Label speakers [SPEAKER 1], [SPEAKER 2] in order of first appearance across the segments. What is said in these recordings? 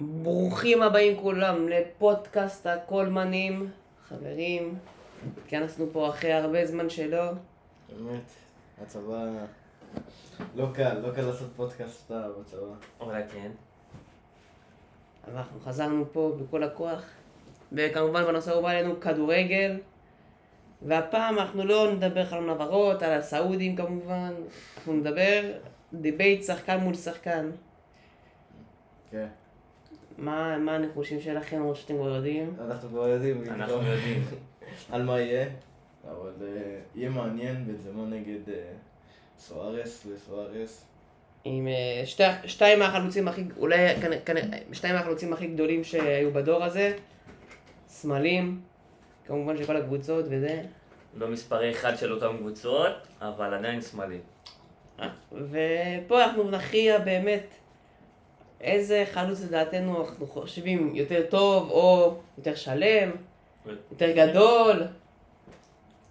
[SPEAKER 1] ברוכים הבאים כולם לפודקאסט הקולמנים. חברים, התכנסנו פה אחרי הרבה זמן שלא.
[SPEAKER 2] באמת, הצבא... לא קל, לא קל לעשות פודקאסט שאתה בצבא.
[SPEAKER 3] אולי כן.
[SPEAKER 1] אבל אנחנו חזרנו פה בכל הכוח. וכמובן בנושא הוא בא אלינו כדורגל. והפעם אנחנו לא נדבר חלון הבהרות, על הסעודים כמובן. אנחנו נדבר דיבייט שחקן מול שחקן.
[SPEAKER 2] כן.
[SPEAKER 1] מה, מה הנחושים שלכם, או שאתם כבר יודעים?
[SPEAKER 2] אנחנו כבר יודעים,
[SPEAKER 3] אנחנו
[SPEAKER 2] כאילו,
[SPEAKER 3] יודעים.
[SPEAKER 2] על מה יהיה, אבל אה, יהיה מעניין בנזמה נגד אה, סוארס וסוארס.
[SPEAKER 1] עם אה, שתי, שתיים מהחלוצים הכי, אולי כנ- כנ- שתיים מהחלוצים הכי גדולים שהיו בדור הזה, סמלים, כמובן של כל הקבוצות וזה,
[SPEAKER 3] לא מספרי אחד של אותן קבוצות, אבל עדיין שמאלי.
[SPEAKER 1] אה, ופה אנחנו נכריע באמת איזה חלוץ לדעתנו אנחנו חושבים יותר טוב או יותר שלם, יותר גדול,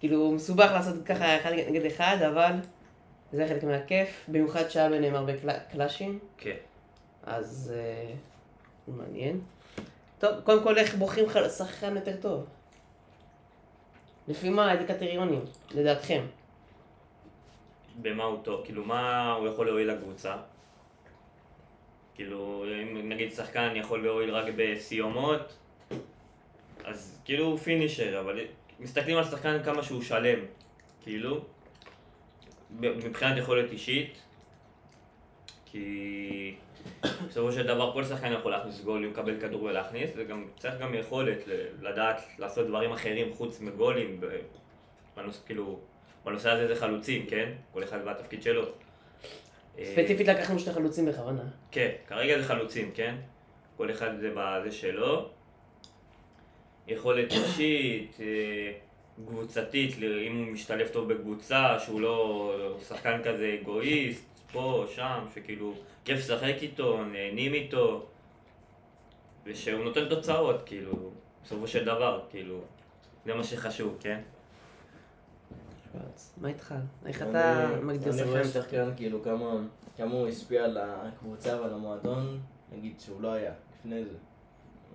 [SPEAKER 1] כאילו מסובך לעשות ככה אחד נגד אחד, אבל זה חלק מהכיף, במיוחד שהיה ביניהם הרבה קלה- קלאשים.
[SPEAKER 3] כן.
[SPEAKER 1] אז אה, מעניין. טוב, קודם כל איך בוחרים חל- שחקן יותר טוב? לפי מה, איזה קטריונים, לדעתכם?
[SPEAKER 3] במה הוא טוב, כאילו מה הוא יכול להועיל לקבוצה? כאילו, אם נגיד שחקן יכול להועיל רק בסיומות, אז כאילו הוא פינישר, אבל מסתכלים על שחקן כמה שהוא שלם, כאילו, מבחינת יכולת אישית, כי בסופו של דבר כל שחקן יכול להכניס גול, הוא מקבל כדור ולהכניס, וגם צריך גם יכולת ל- לדעת לעשות דברים אחרים חוץ מגולים, ב- בנוס, כאילו, בנושא הזה זה חלוצים, כן? כל אחד והתפקיד שלו. אה,
[SPEAKER 2] אה,
[SPEAKER 1] ספציפית לקחנו שני חלוצים בכוונה.
[SPEAKER 3] כן, כרגע זה חלוצים, כן? כל אחד זה בזה שלו. יכולת אישית, אה, קבוצתית, ל- אם הוא משתלב טוב בקבוצה, שהוא לא שחקן כזה אגואיסט, פה, שם, שכאילו כיף לשחק איתו, נהנים איתו, ושהוא נותן תוצאות, כאילו, בסופו של דבר, כאילו, זה מה שחשוב, כן?
[SPEAKER 1] מה איתך? איך אתה
[SPEAKER 2] אני-
[SPEAKER 1] מגדיר
[SPEAKER 2] אני רואה
[SPEAKER 1] שחקן?
[SPEAKER 2] שחקן כאילו כמה כמה הוא השפיע על הקבוצה ועל המועדון, נגיד שהוא לא היה לפני זה.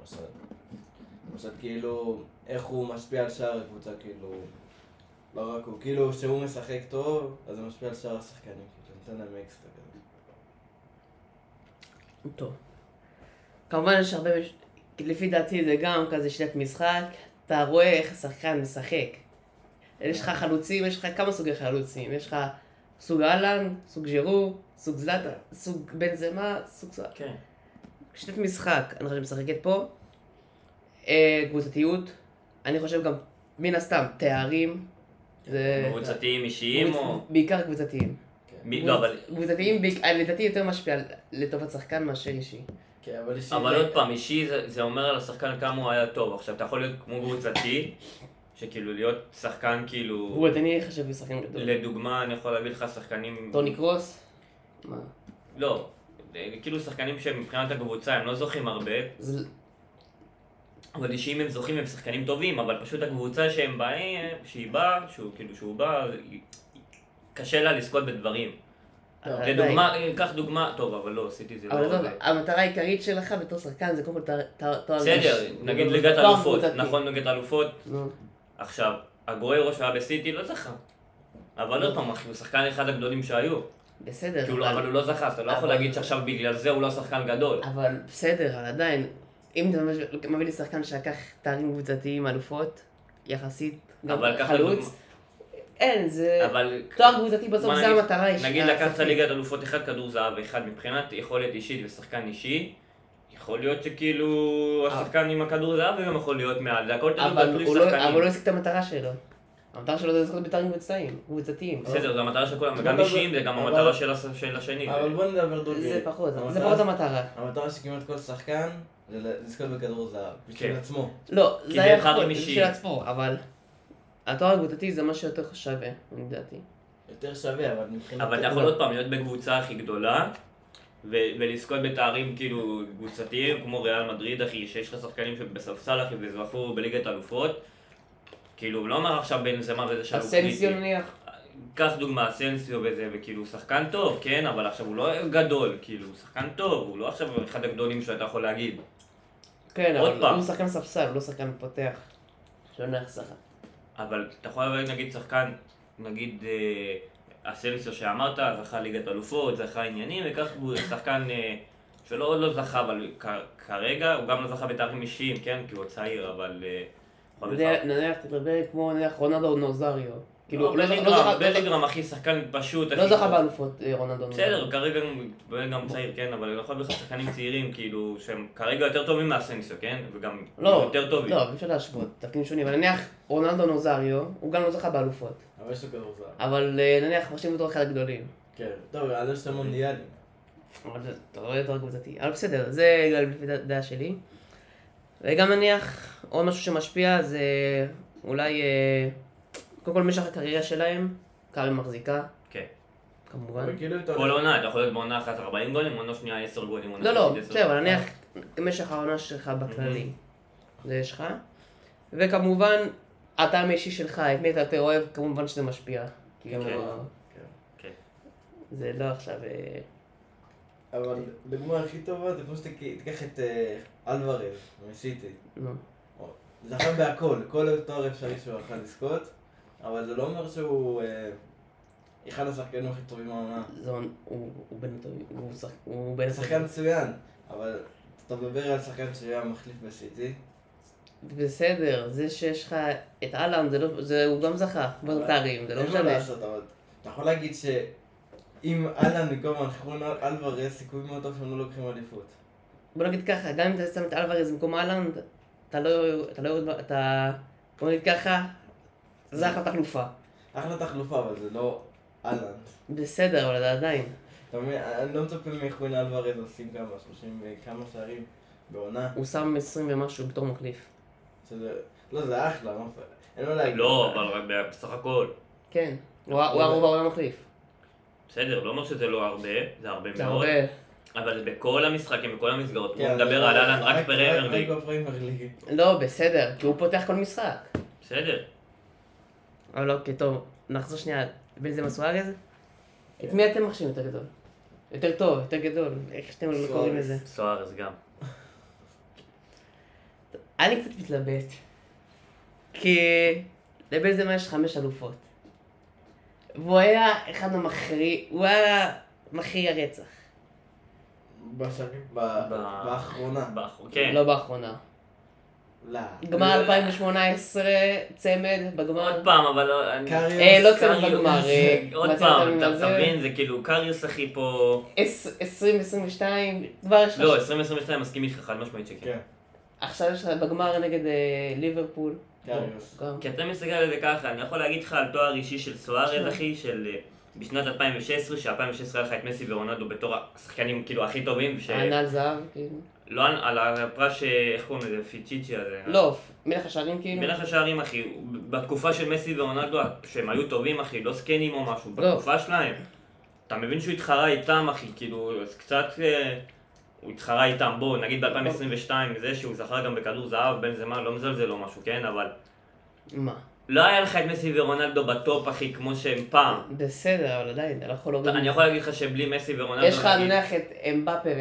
[SPEAKER 2] למשל. למשל כאילו, איך הוא משפיע על שאר הקבוצה, כאילו, לא רק הוא, כאילו, כשהוא משחק טוב, אז זה משפיע על שאר השחקנים, כאילו, נותן להם אקסטרה כזה.
[SPEAKER 1] טוב. כמובן יש הרבה, מש- לפי דעתי זה גם כזה שיטת משחק, אתה רואה איך השחקן משחק. יש לך חלוצים, יש לך כמה סוגי חלוצים, יש לך סוג אהלן, סוג ג'ירו, סוג זלאטה, סוג בן זמה, סוג סוג...
[SPEAKER 3] כן.
[SPEAKER 1] שיטת משחק, אני חושב שמשחקת פה. אה, קבוצתיות, אני חושב גם, מן הסתם, תארים. זה...
[SPEAKER 3] קבוצתיים אישיים או...
[SPEAKER 1] בעיקר קבוצתיים.
[SPEAKER 2] כן.
[SPEAKER 3] מי- לא, אבל...
[SPEAKER 1] קבוצתיים בעיק- אה, לדעתי יותר משפיע על- לטובת שחקן מאשר אישי.
[SPEAKER 2] כן, אבל יש...
[SPEAKER 3] אבל עוד פעם, אישי זה, זה אומר על השחקן כמה הוא היה טוב. עכשיו, אתה יכול להיות כמו קבוצתי, שכאילו להיות שחקן כאילו...
[SPEAKER 1] רות, אני חושב בשחקן גדול.
[SPEAKER 3] לדוגמה, אני יכול להביא לך שחקנים...
[SPEAKER 1] טוני קרוס? מה?
[SPEAKER 3] לא. אה, כאילו שחקנים שמבחינת הקבוצה הם לא זוכים הרבה,
[SPEAKER 1] זל-
[SPEAKER 3] אבל אישיים הם זוכים, הם שחקנים טובים, אבל פשוט הקבוצה שהם באים, שהיא באה, שהוא כאילו שהוא בא, אז היא- קשה לה לזכות בדברים.
[SPEAKER 1] עדיין.
[SPEAKER 3] לדוגמה, אה, קח דוגמה, טוב, אבל לא, עשיתי את זה.
[SPEAKER 1] לא- אה, אבל
[SPEAKER 3] לא
[SPEAKER 1] עזוב,
[SPEAKER 3] עובד.
[SPEAKER 1] המטרה העיקרית שלך בתור שחקן זה קודם כל תואר- תואר תואר
[SPEAKER 3] בסדר,
[SPEAKER 1] אישי.
[SPEAKER 3] נגיד
[SPEAKER 1] לא,
[SPEAKER 3] ליגת
[SPEAKER 1] תואר
[SPEAKER 3] אלופות,
[SPEAKER 1] קבוצתי.
[SPEAKER 3] נכון, ליגת אלופות,
[SPEAKER 1] נו.
[SPEAKER 3] עכשיו, הגוירו שהיה בסיטי לא זכה. אבל עוד פעם, אחי, הוא שחקן אחד הגדולים שהיו.
[SPEAKER 1] בסדר.
[SPEAKER 3] כי הוא לא- אבל הוא לא זכה, אז אתה לא יכול
[SPEAKER 1] כן, אבל-
[SPEAKER 3] להגיד שעכשיו בגלל זה הוא לא שחקן גדול.
[SPEAKER 1] אבל בסדר, אבל עדיין, אם אתה ממש- מביא לי שחקן שלקח תארים קבוצתיים, אלופות, יחסית, גם
[SPEAKER 3] אבל ככה
[SPEAKER 1] חלוץ, אין, זה...
[SPEAKER 3] אבל...
[SPEAKER 1] תואר קבוצתי בסוף
[SPEAKER 3] מה
[SPEAKER 1] זה
[SPEAKER 3] נגיד-
[SPEAKER 1] המטרה האישית.
[SPEAKER 3] נגיד לקחת
[SPEAKER 1] השחקנית.
[SPEAKER 3] ליגת אלופות אחד, כדור זהב אחד, מבחינת יכולת אישית ושחקן אישי, יכול להיות שכאילו
[SPEAKER 1] אה.
[SPEAKER 3] השחקן עם הכדור זהב הוא גם יכול להיות מעל, זה הכל תלוי
[SPEAKER 1] אבל
[SPEAKER 3] בתלוי
[SPEAKER 1] הוא לא- אבל הוא לא
[SPEAKER 3] שחקנים.
[SPEAKER 1] השיג את המטרה שלו. המטרה שלו זה לזכות בתארים קבוצתיים, קבוצתיים.
[SPEAKER 3] בסדר, זו המטרה של
[SPEAKER 1] לא,
[SPEAKER 3] כולם,
[SPEAKER 2] אבל-
[SPEAKER 3] וגם אישיים זה גם
[SPEAKER 2] אבל-
[SPEAKER 3] המטרה של הש- של השני.
[SPEAKER 2] אבל
[SPEAKER 3] זה-
[SPEAKER 2] בוא נדבר דוגרי.
[SPEAKER 1] זה פחות, זה- זה
[SPEAKER 2] המטרה-
[SPEAKER 1] פחות המטרה.
[SPEAKER 2] המטרה של כמעט כל שחקן זה לזכות בכדור זהב, בשביל
[SPEAKER 3] כן.
[SPEAKER 2] עצמו.
[SPEAKER 1] לא,
[SPEAKER 3] כי
[SPEAKER 1] זה
[SPEAKER 3] זה
[SPEAKER 1] היה
[SPEAKER 3] אחד
[SPEAKER 1] יכול,
[SPEAKER 3] עם אישי.
[SPEAKER 1] בשביל עצמו, אבל... התואר הקבוצתי זה מה שיותר שווה, לדעתי.
[SPEAKER 2] יותר שווה, אבל מבחינת...
[SPEAKER 3] אבל אתה יכול עוד פעם להיות בקבוצה הכי גדולה, ו- ולזכות בתארים כאילו קבוצתיים, כמו ריאל מדריד, אחי, שיש לך שחקנים שבספסל, אחי, וזכו בליגת אלופות. כאילו, הוא לא אומר עכשיו בן זמה וזה שהוא
[SPEAKER 1] אסנסיו נניח,
[SPEAKER 3] קח דוגמא, סנסיו וזה, וכאילו הוא שחקן טוב, כן, אבל עכשיו הוא לא גדול, כאילו הוא שחקן טוב, הוא לא עכשיו אחד הגדולים שאתה יכול להגיד.
[SPEAKER 1] כן,
[SPEAKER 3] עוד
[SPEAKER 1] אבל
[SPEAKER 3] פעם.
[SPEAKER 1] הוא שחקן ספסל, הוא לא שחקן פותח. שונה החסכה.
[SPEAKER 3] אבל אתה יכול להגיד נגיד שחקן, נגיד אה, הסלסיו שאמרת, זכה ליגת אלופות, זכה עניינים, וכך הוא שחקן אה, שלא עוד לא זכה, אבל כ- כרגע הוא גם לא זכה בתארים אישיים, כן? כי הוא עוד צעיר, אבל... אה, יכול להיות לך-
[SPEAKER 1] נניח, תדבר כמו נניח רונלדו נוזריו. כאילו, הוא לא זכה- לא
[SPEAKER 3] בלינגרם,
[SPEAKER 1] זכה-
[SPEAKER 3] בלינגרם אחי, שחקן פשוט.
[SPEAKER 1] לא
[SPEAKER 3] אחי.
[SPEAKER 1] זכה באלופות אה, רונלדו נוזריו.
[SPEAKER 3] בסדר, כרגע הוא בלינגרם צעיר, כן, אבל אני יכול להביא לך שחקנים צעירים, כאילו, שהם כרגע יותר טובים מהסנסיו, כן? וגם
[SPEAKER 1] לא,
[SPEAKER 3] יותר טובים.
[SPEAKER 1] לא, אי אפשר להשוות, תפקידים שונים. אבל נניח רונלדו נוזריו, הוא גם לא זכה באלופות.
[SPEAKER 2] אבל יש לו כדורסל.
[SPEAKER 1] אבל אה, נניח מרשים אותו אחד הגדולים.
[SPEAKER 2] כן. טוב, על זה שאתה
[SPEAKER 1] אוקיי.
[SPEAKER 2] מונדיאלים.
[SPEAKER 1] אבל זה- אתה רואה יותר קבוצתי. אבל בסדר, זה גם לפי דע- דעה שלי. וגם נניח, עוד משהו שמשפיע זה אולי, אה, קודם כל משך הקריירה שלהם, קארי מחזיקה,
[SPEAKER 3] כן.
[SPEAKER 1] כמובן.
[SPEAKER 2] וכאילו כאילו, אתה...
[SPEAKER 3] כל עונה, אתה יכול להיות בעונה אחת 40 גולים, עונה שנייה 10 גולים, עונה
[SPEAKER 1] לא, לא,
[SPEAKER 3] שלישית 10
[SPEAKER 1] בסדר, אבל
[SPEAKER 3] גולים.
[SPEAKER 1] נניח משך העונה שלך בכללי. זה יש לך. וכמובן, הטעם האישי שלך, את מי אתה יותר אוהב, כמובן שזה משפיע. כי גם
[SPEAKER 3] כן.
[SPEAKER 1] לא-
[SPEAKER 2] כן.
[SPEAKER 3] כן.
[SPEAKER 1] זה לא עכשיו... אה,
[SPEAKER 2] אבל דוגמה הכי טובה זה כמו שתיקח את אה, אלוורז, מסיטי.
[SPEAKER 1] נו.
[SPEAKER 2] זכה בהכל, כל תואר אפשרי שהוא יכול לזכות, אבל זה לא אומר שהוא אה, אחד השחקנים הכי טובים בעונה.
[SPEAKER 1] זה הוא- הוא בין הטובים, הוא שח- הוא בין
[SPEAKER 2] אה. זה שחקן
[SPEAKER 1] השחקנים.
[SPEAKER 2] מצוין, אבל אתה מדבר על שחקן שהיה מחליף בסיטי.
[SPEAKER 1] בסדר, זה שיש לך את אהלן, זה לא- זה- הוא גם זכה בתארים, זה לא
[SPEAKER 2] אין מה
[SPEAKER 1] משנה.
[SPEAKER 2] לעשות, אבל אתה יכול להגיד שאם אהלן במקום אנחרון אלוורז, סיכוי מאוד טוב שהם לא לוקחים אליפות.
[SPEAKER 1] בוא נגיד ככה, גם אם אתה שם את אלוורז במקום אהלן, אתה לא אתה לא יורד, ב- אתה... בוא נגיד ככה, זה אחלה תחלופה.
[SPEAKER 2] אחלה תחלופה, אבל זה לא אהלן.
[SPEAKER 1] בסדר, אבל זה עדיין.
[SPEAKER 2] אתה מבין? אני לא מצפה מאחרון אלוורז לשים כמה, 30 וכמה שערים בעונה.
[SPEAKER 1] הוא שם 20 ומשהו בתור מחליף.
[SPEAKER 2] שזה... לא, זה אחלה, מה... אין מה להגיד.
[SPEAKER 3] לא, אבל רק בסך הכל.
[SPEAKER 1] כן. הוא ה- הוא הרוב העולם מחליף.
[SPEAKER 3] בסדר, לא אומר שזה לא הרבה, זה הרבה
[SPEAKER 1] זה
[SPEAKER 3] מאוד,
[SPEAKER 1] הרבה.
[SPEAKER 3] אבל בכל המשחקים, בכל המסגרות,
[SPEAKER 2] כן,
[SPEAKER 3] הוא מדבר על אהלן רק פרמייר
[SPEAKER 2] רק
[SPEAKER 3] ליג,
[SPEAKER 2] בפרמייר ליג.
[SPEAKER 1] לא, בסדר, כי הוא פותח כל משחק.
[SPEAKER 3] בסדר.
[SPEAKER 1] אבל אוקיי, טוב, נחזור שנייה, בנזמה סוארז.
[SPEAKER 3] כן.
[SPEAKER 1] את מי אתם מחשיבים יותר גדול? יותר טוב, יותר גדול, איך שאתם
[SPEAKER 2] סוארז.
[SPEAKER 1] קוראים לזה.
[SPEAKER 3] סוארז גם.
[SPEAKER 1] אני קצת מתלבט, כי לבנזמה יש חמש אלופות. והוא היה אחד המכריע, הוא היה מכריע רצח.
[SPEAKER 2] בשנים... ב-
[SPEAKER 3] ב-
[SPEAKER 2] באחרונה.
[SPEAKER 3] באחור- כן,
[SPEAKER 1] לא באחרונה.
[SPEAKER 2] לא.
[SPEAKER 1] גמר 2018, צמד, בגמר.
[SPEAKER 3] עוד פעם, אבל... לא- אני-
[SPEAKER 2] קריוס.
[SPEAKER 1] אה, לא צמד
[SPEAKER 3] קריוס.
[SPEAKER 1] בגמר. אה,
[SPEAKER 3] עוד
[SPEAKER 1] מצאת
[SPEAKER 3] פעם,
[SPEAKER 1] ממזר.
[SPEAKER 3] אתה אתה מבין, זה כאילו קריוס אחי פה...
[SPEAKER 1] עש- 2022, כבר יש לך...
[SPEAKER 3] לא, 2022 מסכים איתך חד משמעית שכן.
[SPEAKER 2] כן.
[SPEAKER 1] עכשיו יש לך בגמר נגד אה, ליברפול.
[SPEAKER 2] קריוס.
[SPEAKER 1] גם.
[SPEAKER 3] כי אתה מסתכל על זה ככה, אני יכול להגיד לך על תואר אישי של
[SPEAKER 1] כן.
[SPEAKER 3] סוארז אחי, של... אה, בשנת 2016, ש-2016 היה לך את מסי ורונלדו בתור השחקנים כאילו הכי טובים, ש...
[SPEAKER 1] ענן זהב, כאילו.
[SPEAKER 3] לא על- על הפרש, אה, איך קוראים לזה? פיצ'יצ'י הזה. אה?
[SPEAKER 1] לא, מלך השערים כאילו.
[SPEAKER 3] מלך השערים אחי, בתקופה של מסי ורונלדו, שהם היו טובים אחי, לא זקנים או משהו,
[SPEAKER 1] לא.
[SPEAKER 3] בתקופה שלהם. אתה מבין שהוא התחרה איתם אחי, כאילו, אז קצת... אה, הוא התחרה איתם, בואו, נגיד ב-2022, זה שהוא זכר גם בכדור זהב, בין זה מה, לא מזלזל או משהו, כן, אבל...
[SPEAKER 1] מה?
[SPEAKER 3] לא היה לך את מסי ורונלדו בטופ אחי, כמו שהם פעם.
[SPEAKER 1] בסדר, אבל עדיין, אתה לא יכול
[SPEAKER 3] אתה-
[SPEAKER 1] להוריד.
[SPEAKER 3] אני יכול להגיד לך שבלי מסי ורונלדו...
[SPEAKER 1] יש לך
[SPEAKER 3] נגיד,
[SPEAKER 1] נניח את אמבפה ואלנד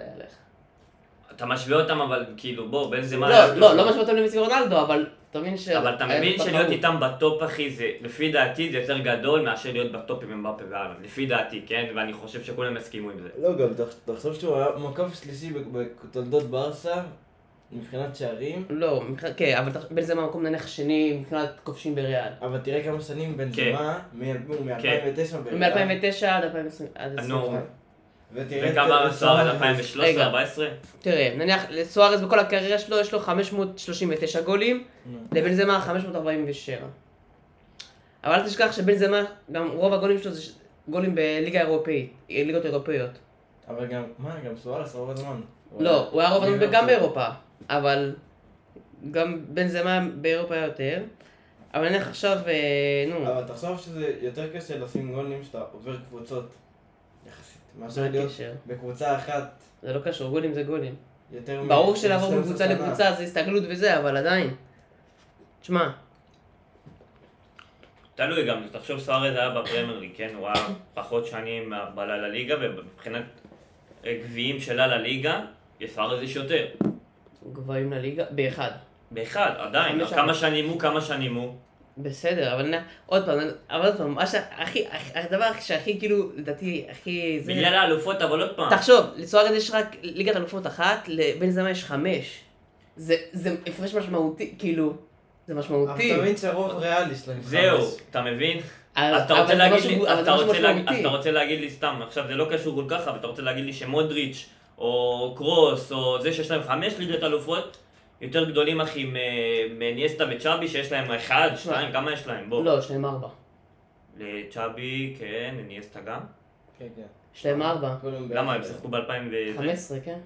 [SPEAKER 1] היה לך.
[SPEAKER 3] אתה משווה אותם, אבל כאילו, בוא, בין זה מה...
[SPEAKER 1] לא, לא, לא משמעות אותם למסי רונלדו, אבל אתה מבין ש...
[SPEAKER 3] אבל אתה
[SPEAKER 1] היה
[SPEAKER 3] מבין
[SPEAKER 1] תחרות.
[SPEAKER 3] שלהיות איתם בטופ, אחי, זה, לפי דעתי, זה יותר גדול מאשר להיות בטופ עם אמבפה ואלן. לפי דעתי, כן? ואני חושב שכולם יסכימו עם זה.
[SPEAKER 2] לא, גם תח- תחשוב שהוא היה מקום שלישי בתולדות ברסה, מבחינת שערים,
[SPEAKER 1] לא, מבחינת- כן, אבל אתה- בין זה מהמקום נניח שני מבחינת כובשים בריאל.
[SPEAKER 2] אבל תראה כמה שנים בן
[SPEAKER 3] כן.
[SPEAKER 2] זמה, כן. מ-2009
[SPEAKER 1] מ-2009 עד 2020. עד
[SPEAKER 3] נו.
[SPEAKER 1] 2022. אה,
[SPEAKER 3] וכמה עשרה עד 2013,
[SPEAKER 1] רגע.
[SPEAKER 3] 2014?
[SPEAKER 1] תראה, נניח סוארז בכל הקריירה שלו, יש לו 539 גולים,
[SPEAKER 2] נו.
[SPEAKER 1] לבנזמה 547. אבל אל תשכח שבנזמה, גם רוב הגולים שלו זה ש- גולים בליגה האירופאית, אה, ליגות אירופאיות.
[SPEAKER 2] אבל גם, מה, גם סוארס רוב הזמן.
[SPEAKER 1] לא, הוא היה רוב הזמן גם
[SPEAKER 2] ליברפול.
[SPEAKER 1] באירופה, אבל גם בנזמה באירופה היה יותר. אבל נניח עכשיו, אה, נו,
[SPEAKER 2] אבל תחשוב שזה יותר קשה לשים גולים שאתה עובר קבוצות, יחסית,
[SPEAKER 1] זה
[SPEAKER 2] מאשר להיות
[SPEAKER 1] הקשר.
[SPEAKER 2] בקבוצה אחת
[SPEAKER 1] זה לא קשור, גולים זה גולים.
[SPEAKER 2] יותר מ-
[SPEAKER 1] ברור שלעבור
[SPEAKER 2] 12
[SPEAKER 1] מקבוצה
[SPEAKER 2] שנה.
[SPEAKER 1] לקבוצה זה הסתגלות וזה, אבל עדיין. תשמע,
[SPEAKER 3] תלוי גם, תחשוב סוארז היה בפרמייר ליג, כן? הוא היה פחות שנים בלה לליגה, ומבחינת אה, גביעים של לה לליגה, לסוארז יש יותר.
[SPEAKER 1] גבוהים לליגה, באחד.
[SPEAKER 3] באחד, עדיין.
[SPEAKER 1] חמש
[SPEAKER 3] כמה
[SPEAKER 1] שנים.
[SPEAKER 3] שנים הוא, כמה שנים הוא.
[SPEAKER 1] בסדר, אבל נ- עוד פעם, אבל עוד פעם, מה שהכי, הכ- הדבר שהכי כאילו, לדעתי, הכי... זה-
[SPEAKER 3] בגלל האלופות, אבל עוד פעם.
[SPEAKER 1] תחשוב, לסוארז יש רק ליגת אלופות אחת, לבן זמה יש חמש. זה, זה הפרש משמעותי, כאילו, זה
[SPEAKER 2] אבל
[SPEAKER 1] משמעותי.
[SPEAKER 2] אתה מבין שהרוב ריאלי שלהם
[SPEAKER 3] זהו,
[SPEAKER 2] חמש.
[SPEAKER 3] אתה מבין?
[SPEAKER 1] אבל-
[SPEAKER 3] אז אתה
[SPEAKER 1] אבל
[SPEAKER 3] רוצה
[SPEAKER 1] זה
[SPEAKER 3] להגיד
[SPEAKER 1] משהו-
[SPEAKER 3] לי-
[SPEAKER 1] אבל
[SPEAKER 3] אז
[SPEAKER 1] זה
[SPEAKER 3] אתה
[SPEAKER 1] משהו
[SPEAKER 3] רוצה להגיד- אז
[SPEAKER 1] משמעותי.
[SPEAKER 3] אתה רוצה להגיד לי סתם, עכשיו זה לא קשור כל כך, אבל אתה רוצה להגיד לי שמודריץ' או קרוס או זה שיש להם חמש ליגת אלופות יותר גדולים אחי מ- מניאסטה וצ'אבי שיש להם אחד, שתיים, כמה יש להם? בוא.
[SPEAKER 1] לא, שניהם ארבע.
[SPEAKER 3] לצ'אבי, כן, ניאסטה גם.
[SPEAKER 2] כן, כן.
[SPEAKER 1] שניהם
[SPEAKER 3] אה,
[SPEAKER 1] ארבע.
[SPEAKER 2] כולם ביחד.
[SPEAKER 3] למה הם שיחקו ב-2015?
[SPEAKER 1] 15, כן?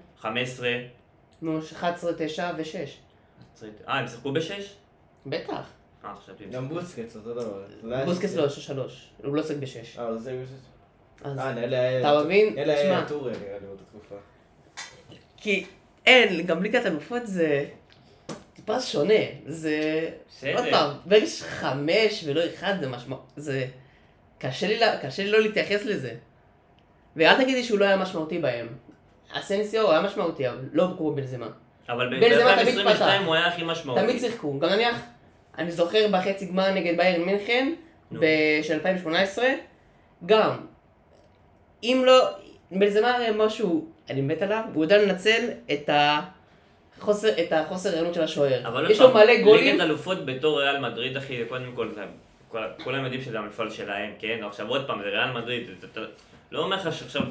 [SPEAKER 1] נו, 11, 9 ו-6.
[SPEAKER 3] אה, הם שיחקו בשש?
[SPEAKER 1] בטח.
[SPEAKER 3] אה, חשבתי.
[SPEAKER 2] גם בוסקץ אותו דבר. אתה יודע
[SPEAKER 1] בוסקס
[SPEAKER 2] ש-
[SPEAKER 1] לא, 6 הוא לא עוסק בשש.
[SPEAKER 2] אה, אבל זה בוסקץ.
[SPEAKER 1] אז
[SPEAKER 2] אה, אלה היה...
[SPEAKER 1] אתה לא- מבין?
[SPEAKER 2] אלה היה
[SPEAKER 1] תשמע.
[SPEAKER 2] טורי נראה לי באותה תקופה.
[SPEAKER 1] כי אין, גם ליגת אלופות זה טיפה שונה. זה...
[SPEAKER 3] בסדר.
[SPEAKER 1] עוד פעם, ברגע שיש חמש ולא אחד זה משמעות... זה... קשה לי, לה- קשה לי לא להתייחס לזה. ואל תגיד לי שהוא לא היה משמעותי בהם. אסנסיו היה משמעותי, אבל לא כמו בנזמה.
[SPEAKER 3] אבל ב-
[SPEAKER 1] בנזמה תמיד
[SPEAKER 3] ב-2022
[SPEAKER 1] פתח.
[SPEAKER 3] הוא היה הכי משמעותי.
[SPEAKER 1] תמיד שיחקו, גם נניח, אני זוכר בחצי גמר נגד ביירן מינכן,
[SPEAKER 3] נו.
[SPEAKER 1] ב- של 2018, גם, אם לא, בנזמה הרי משהו, אני מת עליו, הוא יודע לנצל את ה... חוסר, את החוסר הערנות של
[SPEAKER 3] אבל
[SPEAKER 1] השוער.
[SPEAKER 3] עוד
[SPEAKER 1] יש לו
[SPEAKER 3] פעם,
[SPEAKER 1] מלא גולים,
[SPEAKER 3] ליגת אלופות בתור ריאל מדריד, אחי, זה קודם כל, זה- כל- כולם יודעים שזה המפעל שלהם, כן? עכשיו עוד פעם, זה ריאל מדריד, זה- אתה- לא אומר לך שעכשיו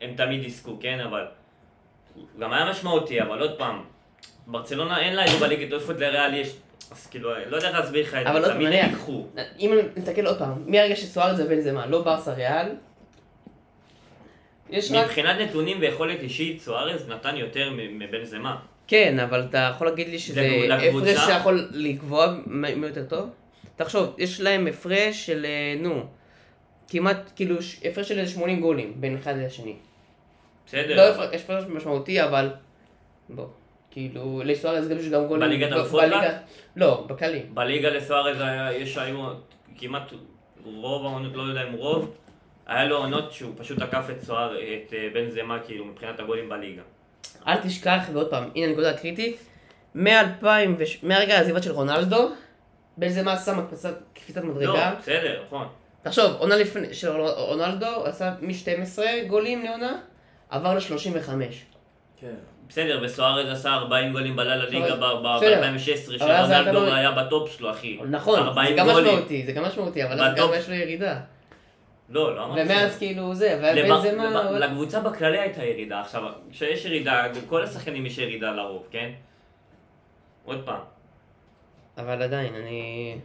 [SPEAKER 3] הם תמיד יזכו, כן? אבל... גם היה משמעותי, אבל עוד פעם, ברצלונה אין לה את זה בליגת אלופות לריאל יש... אז כאילו, לא יודע איך להסביר לך את
[SPEAKER 1] אבל
[SPEAKER 3] זה,
[SPEAKER 1] עוד
[SPEAKER 3] תמיד
[SPEAKER 1] פעם,
[SPEAKER 3] הם
[SPEAKER 1] נניח.
[SPEAKER 3] ייקחו.
[SPEAKER 1] אם נסתכל עוד פעם, מהרגע שסוארז ובנזמה, לא ברסה ריאל, יש רק...
[SPEAKER 3] מבחינת נתונים ויכולת אישית, סוארז נתן יותר מ- מבן זמה.
[SPEAKER 1] כן, אבל אתה יכול להגיד לי שזה
[SPEAKER 3] זה לקבוצה?
[SPEAKER 1] הפרש שיכול לקבוע מ- מי יותר טוב? תחשוב, יש להם הפרש של, אה, נו, כמעט, כאילו, ש- הפרש של איזה 80 גולים בין אחד לשני.
[SPEAKER 3] בסדר.
[SPEAKER 1] לא הפרש הפרש משמעותי, אבל... בוא, כאילו, לסוארז גם יש גם גולים.
[SPEAKER 3] בליגת
[SPEAKER 1] ב-
[SPEAKER 3] אלופות
[SPEAKER 1] בליגה-
[SPEAKER 3] רק?
[SPEAKER 1] לא, בכללי.
[SPEAKER 3] בליגה לסוארז היה- יש היו כמעט רוב העונות, לא יודע אם רוב, היה לו עונות שהוא פשוט תקף את סואר, את אה, בן זמה כאילו מבחינת הגולים בליגה.
[SPEAKER 1] אל תשכח, ועוד פעם, הנה הנקודה הקריטית, מאלפיים וש- מהרגע העזיבה של רונלדו, בנזמה עשה מקפצת- קפיצת מדרגה.
[SPEAKER 3] לא, בסדר, נכון.
[SPEAKER 1] תחשוב, עונה לפני, של רונלדו עשה מ-12 גולים לעונה, עבר ל-35.
[SPEAKER 2] כן.
[SPEAKER 3] בסדר, וסוארז עשה 40 גולים בלילה ליגה
[SPEAKER 1] אבל- בסדר.
[SPEAKER 3] ב-2016,
[SPEAKER 1] אבל אז אתה
[SPEAKER 3] שרונלדו
[SPEAKER 1] לא-
[SPEAKER 3] היה בטופ שלו, אחי.
[SPEAKER 1] נכון, זה
[SPEAKER 3] 40
[SPEAKER 1] גם
[SPEAKER 3] גולים.
[SPEAKER 1] משמעותי, זה גם משמעותי, אבל אז גם
[SPEAKER 3] בטופ.
[SPEAKER 1] יש לו ירידה.
[SPEAKER 3] לא, לא אמרתי.
[SPEAKER 1] ומאז כאילו זה,
[SPEAKER 3] לב- לב-
[SPEAKER 1] ובנזמה... הוא-
[SPEAKER 3] לקבוצה בכללי הייתה ירידה. עכשיו, כשיש ירידה, כל השחקנים יש ירידה לרוב, כן? עוד פעם.
[SPEAKER 1] אבל עדיין, אני...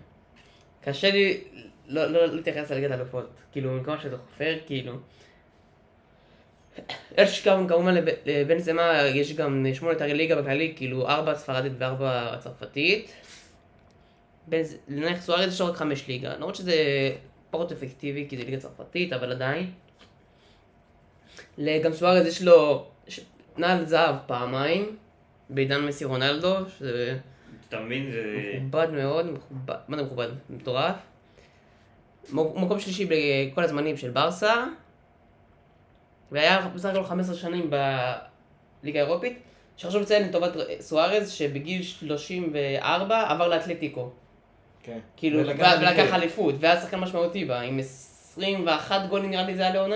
[SPEAKER 1] קשה לי לא לא- לא להתייחס לליגת אלופות. כאילו, במקום שאתה חופר, כאילו... יש גם כמובן לב- לבנזמה, יש גם שמונה תארי ליגה בכללי, כאילו ארבע ספרדית וארבע צרפתית. בנז- לנניח סוארז יש לו רק חמש ליגה, למרות שזה פחות אפקטיבי כי זה ליגה צרפתית, אבל עדיין. ל- גם סוארז יש לו ש- נעל זהב פעמיים, בעידן מסי רונלדו, שזה...
[SPEAKER 3] אתה מבין? זה...
[SPEAKER 1] מכובד מאוד, מכובד, מה זה מכובד? מטורף. מוק- מקום שלישי בכל הזמנים של ברסה. והיה בסך הכל 15 שנים בליגה האירופית. שחשוב לציין לטובת סוארז, שבגיל 34 עבר לאתלטיקו.
[SPEAKER 2] כן.
[SPEAKER 1] כאילו,
[SPEAKER 2] ולקח
[SPEAKER 1] ו-
[SPEAKER 2] אליפות.
[SPEAKER 1] ולקח אליפות, והיה שחקן משמעותי בה, עם 21 גולים נראה לי זה היה לעונה,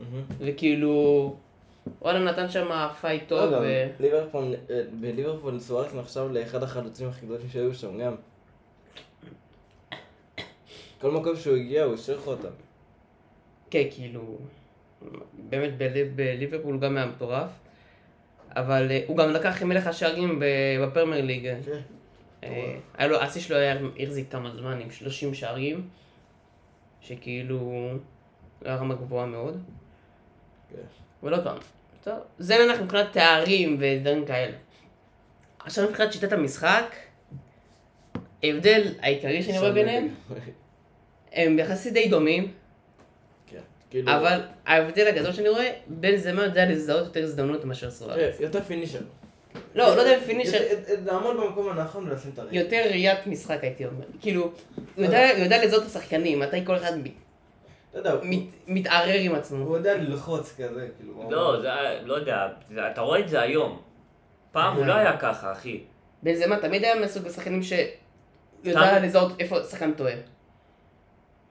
[SPEAKER 2] מהמם.
[SPEAKER 1] וכאילו, וואלה נתן שם פייט
[SPEAKER 2] לא,
[SPEAKER 1] טוב.
[SPEAKER 2] גם
[SPEAKER 1] ו-
[SPEAKER 2] ליברפול, אה, בליברפול סוארס נחשב לאחד החלוצים הכי גדולים שהיו שם גם. כל מקום שהוא הגיע הוא השאיר לך אותם.
[SPEAKER 1] כן, כאילו, באמת בלב- בליברפול גם היה מטורף, אבל אה, הוא גם לקח מלך השערים ב- בפרמייר ליג. אה, היה לו, השיא שלו היה החזיק כמה זמן עם 30 שערים, שכאילו, לא היה רמה גבוהה מאוד.
[SPEAKER 2] כן.
[SPEAKER 1] אבל עוד פעם, טוב, זה נניח מבחינת תארים ודברים כאלה. עכשיו מבחינת שיטת המשחק, ההבדל העיקרי שאני רואה ביניהם, הם יחסית די דומים.
[SPEAKER 2] כן. כאילו-
[SPEAKER 1] אבל
[SPEAKER 3] כן.
[SPEAKER 1] ההבדל הגדול שאני רואה, בן זמה יודע לזהות יותר הזדמנות מאשר סוארז.
[SPEAKER 2] אה, יותר פינישר.
[SPEAKER 1] לא, לא יודע אם פינישר,
[SPEAKER 2] יותר- אה, לעמוד במקום הנכון ולשים את הרגל.
[SPEAKER 1] יותר ראיית משחק הייתי אומר. כאילו,
[SPEAKER 3] לא
[SPEAKER 1] הוא יודע- הוא יודע לזהות את השחקנים, מתי כל אחד מת-
[SPEAKER 2] אתה יודע, הוא-
[SPEAKER 1] מת- מתערער עם עצמו.
[SPEAKER 2] הוא יודע ללחוץ כזה, כאילו.
[SPEAKER 3] לא, זה היה- לא יודע, זה- אתה רואה את זה היום. פעם הוא לא היה ככה, אחי.
[SPEAKER 1] בנזמה תמיד היה מהסוג השחקנים ש... יודע
[SPEAKER 3] תם.
[SPEAKER 1] לזהות איפה שחקן טועה.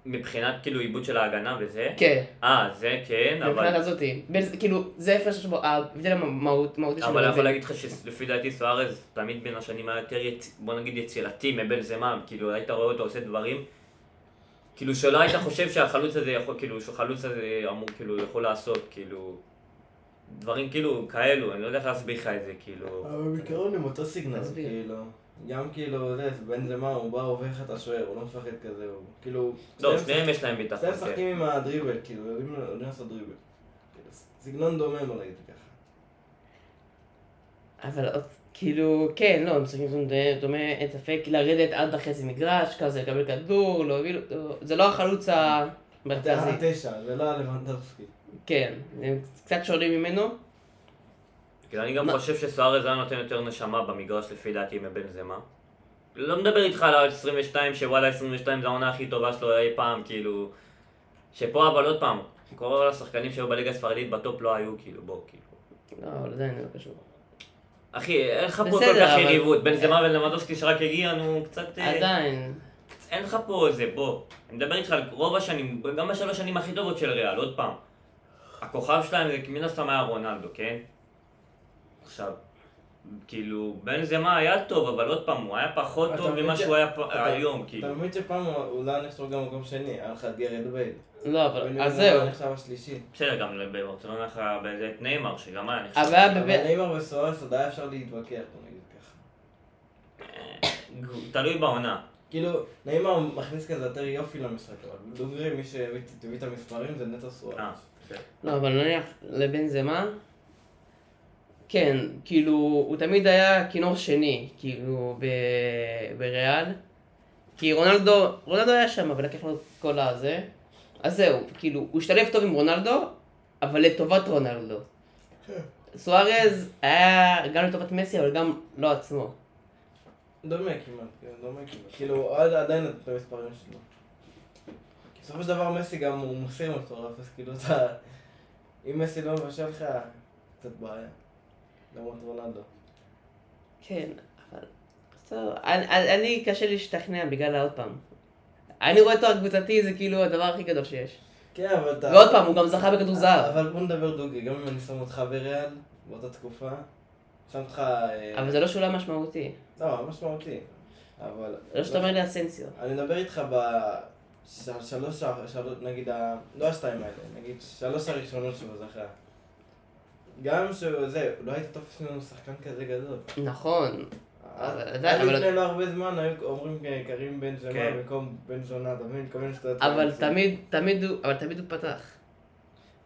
[SPEAKER 3] מבחינת כאילו עיבוד של ההגנה וזה.
[SPEAKER 1] כן,
[SPEAKER 3] אה, זה כן,
[SPEAKER 1] מבחינת
[SPEAKER 3] אבל...
[SPEAKER 1] הזאתי. בין- כאילו, זה איפה שיש בו, ההבדל המהות- המהותי שלו.
[SPEAKER 3] אבל אני
[SPEAKER 1] זה-
[SPEAKER 3] יכול להגיד לך שלפי דעתי סוארז תמיד בין השנים היה יותר, יצ... בוא נגיד, יצירתי מבנזמה, כאילו היית רואה אותו עושה דברים, כאילו שלא היית חושב שהחלוץ הזה יכול, כאילו, שהחלוץ הזה אמור, כאילו, יכול לעשות, כאילו, דברים כאילו כאלו, אני לא יודע איך להסביר לך את זה, כאילו,
[SPEAKER 2] אבל בעיקרון עם אותו סיגנל,
[SPEAKER 1] תסביר.
[SPEAKER 2] כאילו. גם כאילו, זה, בן זמה, הוא בא, עובר לך את השוער, הוא לא מפחד כזה, הוא כאילו...
[SPEAKER 3] לא, שניהם יש להם ביטחון,
[SPEAKER 2] שניהם
[SPEAKER 3] כן.
[SPEAKER 2] משחקים עם הדריבל, כאילו, יודעים יודעים לעשות דריבל. כאילו, סגנון דומה, בוא נגיד ככה.
[SPEAKER 1] אבל עוד- כאילו, כן, לא, משחקים זה דומה- דומה, אין ספק, לרדת עד החצי מגרש, כזה לקבל כדור, להוביל אותו, זה לא החלוץ
[SPEAKER 2] אתה
[SPEAKER 1] המרכזי,
[SPEAKER 2] התשע, זה לא הלבנדובסקי.
[SPEAKER 1] כן, הם קצת שונים ממנו,
[SPEAKER 3] כאילו, אני גם
[SPEAKER 1] מה?
[SPEAKER 3] חושב שסוארז היה נותן יותר נשמה במגרש לפי דעתי מבנזמה. לא מדבר איתך על ה-22, שוואלה 22 זה העונה הכי טובה שלו אי פעם, כאילו... שפה אבל עוד פעם, כל השחקנים שהיו בליגה הספרדית בטופ לא היו, כאילו, בוא, כאילו.
[SPEAKER 1] לא, אבל עדיין לא קשור.
[SPEAKER 3] אחי, אין לך פה
[SPEAKER 1] בסדר,
[SPEAKER 3] כל כך
[SPEAKER 1] אבל-
[SPEAKER 3] יריבות, בנזמה ולמדובסקי שרק הגיע, נו, קצת... אה,
[SPEAKER 1] עדיין,
[SPEAKER 3] אין לך פה איזה, בוא. אני מדבר איתך על רוב השנים, גם בשלוש שנים הכי טובות של ריאל, עוד פעם. הכוכב שלהם זה מן הסתם היה רונלדו, כן? עכשיו, כאילו, בן זמה היה טוב, אבל עוד פעם, הוא היה פחות
[SPEAKER 2] אתה
[SPEAKER 3] לא טוב
[SPEAKER 2] מבין
[SPEAKER 3] ממה
[SPEAKER 2] ש-
[SPEAKER 3] שהוא היה
[SPEAKER 2] אתה-
[SPEAKER 3] פ- היום, כאילו.
[SPEAKER 2] אתה מבין שפעם הוא- הוא לא היה נחשב גם במקום שני, היה לך את גרד וייד.
[SPEAKER 1] לא,
[SPEAKER 2] בן
[SPEAKER 1] אבל,
[SPEAKER 2] זמה
[SPEAKER 1] אז זהו,
[SPEAKER 2] היה נחשב השלישי.
[SPEAKER 3] בסדר, גם בברצלונה לך באיזה את נאמר, שגם היה נחשב.
[SPEAKER 1] הבעיה
[SPEAKER 2] אבל
[SPEAKER 1] בבית,
[SPEAKER 2] נאמר וסוארס עוד היה אפשר להתווכח, בוא נגיד ככה.
[SPEAKER 3] תלוי בעונה.
[SPEAKER 2] כאילו, נאמר מכניס כזה יותר יופי למשחק, אבל דוגרי, מי שהביא הביא את המספרים זה נטע
[SPEAKER 3] אה,
[SPEAKER 2] סוארס.
[SPEAKER 3] בסדר.
[SPEAKER 1] לא, אבל נניח לבן זמה, כן, כאילו, הוא תמיד היה כינור שני, כאילו, ב- בריאל, כי רונלדו, רונלדו היה שם, אבל לקח לו את כל הזה, אז זהו, כאילו, הוא השתלב טוב עם רונלדו, אבל לטובת רונלדו. סוארז היה גם לטובת מסי, אבל גם לא עצמו.
[SPEAKER 2] דומה כמעט, כן, דומה כמעט. כאילו, הוא עד- עדיין את המספרים שלו. בסופו של דבר מסי גם הוא מוסר מטורף, אז כאילו אתה... אם מסי לא מבשל לך, קצת בעיה. למרות רונלדו.
[SPEAKER 1] כן, אבל... בסדר, אני- אני אני קשה להשתכנע בגלל העוד פעם. אני רואה תואר קבוצתי, זה כאילו הדבר הכי גדול שיש.
[SPEAKER 2] כן, אבל אתה...
[SPEAKER 1] ועוד פעם, הוא גם זכה בכדור זהב.
[SPEAKER 2] אבל בוא נדבר דוגרי, גם אם אני שם אותך בריאל, באותה תקופה, שם אותך... אה,
[SPEAKER 1] אבל זה לא שאלה משמעותי.
[SPEAKER 2] לא, משמעותי. אבל...
[SPEAKER 1] זה לא שאתה אומר לי אסנסיו.
[SPEAKER 2] אני מדבר איתך ב... ש- שלוש, שלוש, נגיד, ה... לא השתיים האלה, נגיד שלוש הראשונות שהוא זכה. גם שהוא זה, לא היית תופס ממנו שחקן כזה גדול.
[SPEAKER 1] נכון. אבל
[SPEAKER 2] עד
[SPEAKER 1] עדיין,
[SPEAKER 2] עד
[SPEAKER 1] אבל-
[SPEAKER 2] לפני לא הרבה זמן היו אומרים אה, קרים בן
[SPEAKER 3] כן.
[SPEAKER 2] זמה במקום בן זונה, אתה מבין? כל מיני שטויות.
[SPEAKER 1] אבל
[SPEAKER 2] כאלה.
[SPEAKER 1] תמיד, תמיד הוא, אבל תמיד הוא פתח.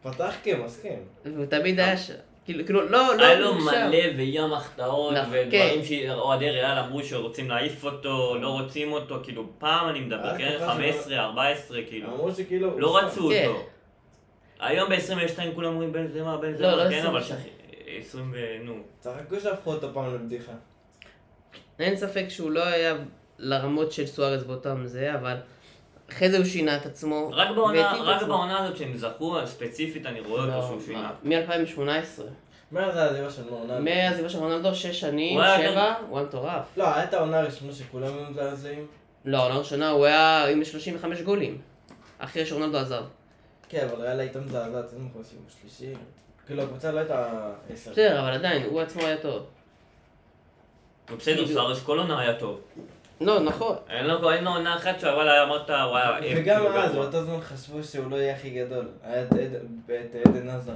[SPEAKER 2] פתח כמסכים.
[SPEAKER 1] והוא תמיד היה שם. כאילו, כאילו, לא, לא,
[SPEAKER 3] היה לו
[SPEAKER 1] הוא שם.
[SPEAKER 3] מלא וים החטאות,
[SPEAKER 1] נכון,
[SPEAKER 3] ודברים שאוהדי ריאל אמרו שרוצים להעיף אותו, לא רוצים אותו, כאילו פעם אני מדבר,
[SPEAKER 2] רק
[SPEAKER 3] כן,
[SPEAKER 2] תקופה
[SPEAKER 3] 15, 14, כאילו.
[SPEAKER 2] אמרו שכאילו... הוא
[SPEAKER 3] לא
[SPEAKER 2] שם.
[SPEAKER 3] רצו
[SPEAKER 1] כן.
[SPEAKER 3] אותו. היום ב-22 כולם אומרים בן זמה, בן
[SPEAKER 1] לא,
[SPEAKER 3] זמה,
[SPEAKER 1] לא
[SPEAKER 3] כן, אבל
[SPEAKER 1] 22.
[SPEAKER 3] שכ- 20 ו... נו.
[SPEAKER 2] צחקו שהפכו אותו פעם לבדיחה.
[SPEAKER 1] אין ספק שהוא לא היה לרמות של סוארז באותם זה, אבל אחרי זה הוא שינה את עצמו.
[SPEAKER 3] רק בעונה,
[SPEAKER 1] והתאים את
[SPEAKER 3] רק
[SPEAKER 1] עצמו.
[SPEAKER 3] בעונה הזאת שהם זכו, אז ספציפית אני רואה אותו
[SPEAKER 1] לא,
[SPEAKER 3] שהוא שינה. אה.
[SPEAKER 1] מ-2018.
[SPEAKER 2] מאז העזיבה של רונלדו.
[SPEAKER 1] מהעזיבה של רונלדו, שש שנים,
[SPEAKER 3] הוא היה
[SPEAKER 1] שבע, הוא היה מטורף.
[SPEAKER 2] לא, הייתה העונה הראשונה שכולם היו מזעזעים.
[SPEAKER 1] לא, העונה הראשונה הוא היה עם 35 גולים. אחרי שרונלדו עזב.
[SPEAKER 2] כן, אבל ריאל הייתה מזעזעת, אין מקום סיבוב שלישי. כאילו, הקבוצה לא הייתה עשר.
[SPEAKER 1] בסדר, אבל עדיין, הוא עצמו היה טוב.
[SPEAKER 3] בסדר,
[SPEAKER 1] בדיוק.
[SPEAKER 3] סארס כל עונה היה טוב.
[SPEAKER 1] לא, נכון.
[SPEAKER 3] אין לו אין לו עונה אחת שוואלה אמרת וואלה. אה,
[SPEAKER 2] וגם
[SPEAKER 3] כאילו,
[SPEAKER 2] אז,
[SPEAKER 3] גרוע.
[SPEAKER 2] באותו זמן חשבו שהוא לא יהיה הכי גדול. היה את עד- את עדן עזרד,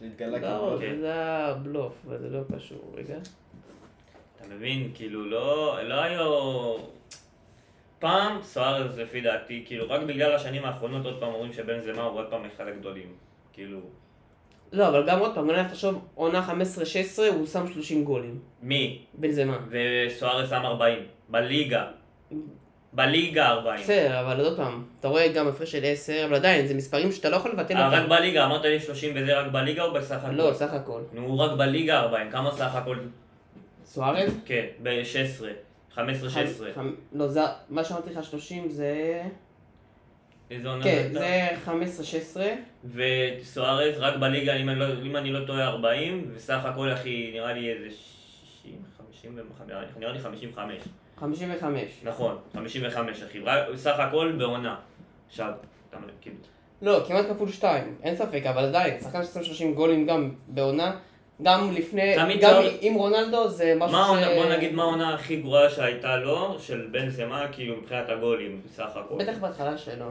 [SPEAKER 2] שהתגלה
[SPEAKER 1] לא,
[SPEAKER 2] כאילו.
[SPEAKER 3] כן.
[SPEAKER 1] זה היה בלוף, אבל זה לא קשור, רגע.
[SPEAKER 3] אתה מבין? כאילו, לא, לא היו... פעם סוארז לפי דעתי, כאילו, רק בגלל השנים האחרונות עוד פעם אומרים שבן זמה הוא עוד פעם אחד הגדולים. כאילו,
[SPEAKER 1] לא, אבל גם עוד פעם, אולי תחשוב, עונה 15-16, הוא שם 30 גולים.
[SPEAKER 3] מי?
[SPEAKER 1] בין זה מה.
[SPEAKER 3] וסוארז שם 40. בליגה. בליגה 40.
[SPEAKER 1] בסדר, אבל עוד פעם, אתה רואה גם הפרש של 10, אבל עדיין, זה מספרים שאתה לא יכול לבטל
[SPEAKER 3] אה, רק
[SPEAKER 1] אותם.
[SPEAKER 3] בליגה, אמרת לי 30 וזה רק בליגה או בסך הכל?
[SPEAKER 1] לא, סך הכל.
[SPEAKER 3] נו, רק בליגה 40, כמה סך הכל?
[SPEAKER 1] סוארז?
[SPEAKER 3] כן, ב-16, 15-16.
[SPEAKER 1] חמ- לא, זה, מה שאמרתי לך 30 זה...
[SPEAKER 3] איזה עונה
[SPEAKER 1] כן,
[SPEAKER 3] זו
[SPEAKER 1] זה
[SPEAKER 3] הייתה?
[SPEAKER 1] 15-16.
[SPEAKER 3] וסוארז רק בליגה, אם אני לא- אם אני לא טועה, 40, וסך הכל, אחי, נראה לי איזה 60, 50, ו- נראה לי 55.
[SPEAKER 1] 55.
[SPEAKER 3] נכון, 55 אחי, רק- סך הכל בעונה. עכשיו, אתה מבין, כאילו,
[SPEAKER 1] לא, כמעט כפול 2, אין ספק, אבל עדיין, שחקן ששם 30 גולים גם בעונה, גם לפני,
[SPEAKER 3] תמיד
[SPEAKER 1] גם
[SPEAKER 3] זה-
[SPEAKER 1] עם רונלדו זה משהו
[SPEAKER 3] מה העונה,
[SPEAKER 1] ש...
[SPEAKER 3] בוא נגיד מה העונה הכי גרועה שהייתה לו, של בן זמה, כאילו מבחינת הגולים, סך הכל.
[SPEAKER 1] בטח בהתחלה שלו.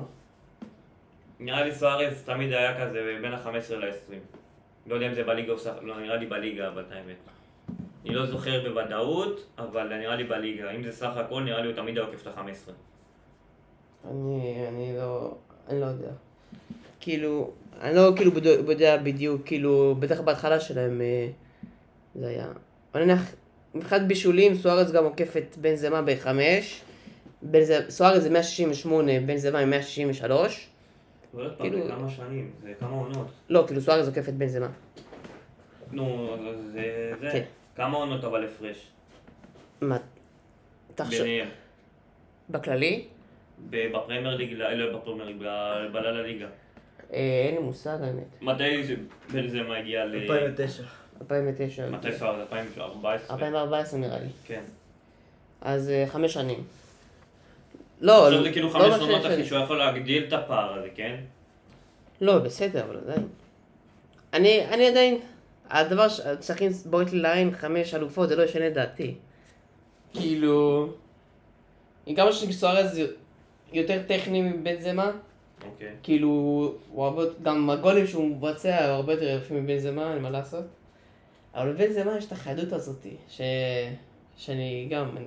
[SPEAKER 3] נראה לי סוארז תמיד היה כזה בין ה-15 ל-20. לא יודע אם זה בליגה או סך, לא, נראה לי בליגה, אבל את האמת. אני לא זוכר בוודאות, אבל נראה לי בליגה. אם זה סך הכל, נראה לי הוא תמיד היה עוקף את ה-15.
[SPEAKER 1] אני, אני לא, אני לא יודע. כאילו, אני לא כאילו בד- יודע בדיוק, כאילו, בטח בהתחלה שלהם אה, זה היה. אבל נניח, מבחינת בישולים, סוארז גם עוקף את בן זמה בחמש. בן ז- סוארז זה 168, בן זמה עם 163.
[SPEAKER 3] אבל עוד פעם,
[SPEAKER 1] כאילו-
[SPEAKER 3] זה כמה שנים, זה כמה עונות.
[SPEAKER 1] לא, כאילו סוארז עוקף את בן זמה.
[SPEAKER 3] נו, זה...
[SPEAKER 1] כן.
[SPEAKER 3] זה. כמה עונות אבל הפרש.
[SPEAKER 1] מה? תחשוב,
[SPEAKER 3] ביניהם.
[SPEAKER 1] בכללי?
[SPEAKER 3] ב- בפרמייר ליג, לא, לא בפרמייר ליג, ב- בלילה ליגה.
[SPEAKER 1] אה, אין לי מושג האמת.
[SPEAKER 3] מתי זה- בן זמה הגיע ל...
[SPEAKER 2] 2009.
[SPEAKER 1] 2009.
[SPEAKER 3] מתי סוארז? 2014?
[SPEAKER 1] 2014 נראה לי.
[SPEAKER 3] כן.
[SPEAKER 1] אז אה, חמש שנים. לא,
[SPEAKER 3] עכשיו
[SPEAKER 1] לא
[SPEAKER 3] זה כאילו
[SPEAKER 1] לא
[SPEAKER 3] חמש
[SPEAKER 1] רק שש
[SPEAKER 3] עונות אחי
[SPEAKER 1] שנים.
[SPEAKER 3] שהוא יכול להגדיל את הפער הזה, כן?
[SPEAKER 1] לא, בסדר, אבל עדיין. אני, אני עדיין, הדבר שצריכים בועט לי לעין חמש אלופות, זה לא ישנה את דעתי. כאילו... עם כמה שסוארז יותר טכני מבן זמה,
[SPEAKER 3] אוקיי.
[SPEAKER 1] כאילו, הוא הרבה, גם הגולים שהוא מבצע הוא הרבה יותר יפים מבן זמה, אין מה לעשות. אבל לבן זמה יש את החדות הזאתי, ש... שאני גם, אני...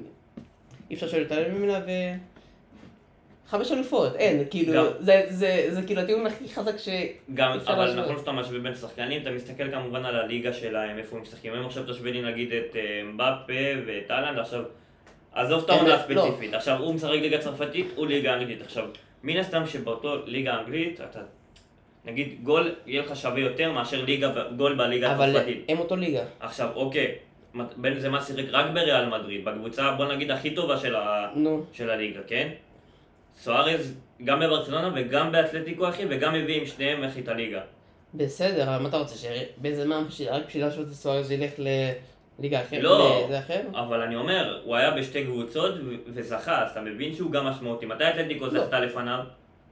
[SPEAKER 1] אי אפשר להתעלם ממנה ו... חמש אלופות, אין,
[SPEAKER 3] גם.
[SPEAKER 1] כאילו, זה, זה, זה כאילו הטיעון הכי חזק ש...
[SPEAKER 3] גם,
[SPEAKER 1] אפשר
[SPEAKER 3] אבל
[SPEAKER 1] להשוות.
[SPEAKER 3] נכון שאתה משווה בין שחקנים, אתה מסתכל כמובן על הליגה שלהם, איפה הם משחקים. אם עכשיו תשווה לי נגיד את אה, אמבפה ואת אהלנד, עכשיו, עזוב את העונה
[SPEAKER 1] אמת, לא.
[SPEAKER 3] הספציפית, עכשיו הוא משחק ליגה צרפתית, הוא ליגה אנגלית. עכשיו, מן הסתם שבאותו ליגה אנגלית, אתה, נגיד גול יהיה לך שווה יותר מאשר ליגה, ב- גול בליגה
[SPEAKER 1] אבל
[SPEAKER 3] הצרפתית.
[SPEAKER 1] הם אותו ליגה.
[SPEAKER 3] עכשיו, אוקיי, מת- בן זמה שיחק רק בריאל מדריד, בקבוצה, בוא נגיד, הכי טובה של, ה...
[SPEAKER 1] נו,
[SPEAKER 3] של הליגה, כן? סוארז, גם בברצלונה וגם באתלטיקו, אחי, וגם הביא עם שניהם, אחי, את הליגה.
[SPEAKER 1] בסדר, אבל מה אתה רוצה, שבאיזה זמן, ש- רק בשביל להשוות את סוארז ילך לליגה אחרת?
[SPEAKER 3] לא.
[SPEAKER 1] לזה אחר?
[SPEAKER 3] אבל אני אומר, הוא היה בשתי קבוצות ו- וזכה, אז אתה מבין שהוא גם משמעותי. מתי אתלטיקו
[SPEAKER 1] לא.
[SPEAKER 3] זכתה לפניו?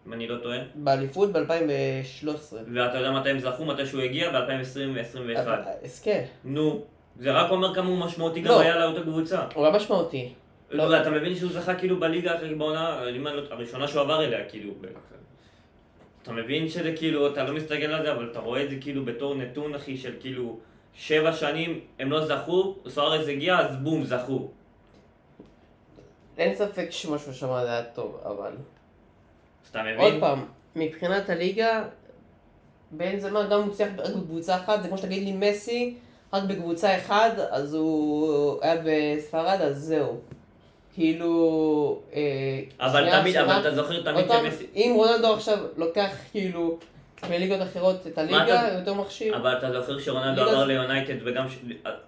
[SPEAKER 3] אם אני לא טועה.
[SPEAKER 1] באליפות ב-2013.
[SPEAKER 3] ואתה יודע מתי הם זכו? מתי שהוא הגיע? ב-2020-2021.
[SPEAKER 1] אה, הסכם.
[SPEAKER 3] נו, זה רק אומר כמה הוא משמעותי גם
[SPEAKER 1] אוקיי. לא.
[SPEAKER 3] היה לאותה קבוצה.
[SPEAKER 1] הוא היה משמעותי. לא.
[SPEAKER 3] לא, אתה מבין שהוא זכה כאילו בליגה אחרי בעונה, אם אני לא- הראשונה שהוא עבר אליה, כאילו. ב- אתה מבין שזה כאילו, אתה לא מסתכל על זה, אבל אתה רואה את זה כאילו בתור נתון, אחי, של כאילו, שבע שנים הם לא זכו, סוארז הגיע, אז בום, זכו.
[SPEAKER 1] אין ספק שמה שהוא שמע זה היה טוב, אבל...
[SPEAKER 3] אז אתה מבין?
[SPEAKER 1] עוד פעם, מבחינת הליגה, בן זמן גם הוא הצליח רק בקבוצה אחת, זה כמו שתגיד לי מסי, רק בקבוצה אחת, אז הוא היה בספרד, אז זהו. כאילו... אה,
[SPEAKER 3] אבל
[SPEAKER 1] שנייה,
[SPEAKER 3] תמיד,
[SPEAKER 1] שנה-
[SPEAKER 3] אבל אתה זוכר תמיד
[SPEAKER 1] עוד פעם,
[SPEAKER 3] שמסי...
[SPEAKER 1] אם רונלדו עכשיו לוקח כאילו מליגות אחרות את הליגה,
[SPEAKER 3] אתה-
[SPEAKER 1] יותר מכשיר.
[SPEAKER 3] אבל אתה זוכר שרונלדו
[SPEAKER 1] ליגה
[SPEAKER 3] עבר
[SPEAKER 1] זה-
[SPEAKER 3] ליונייטד וגם... ש-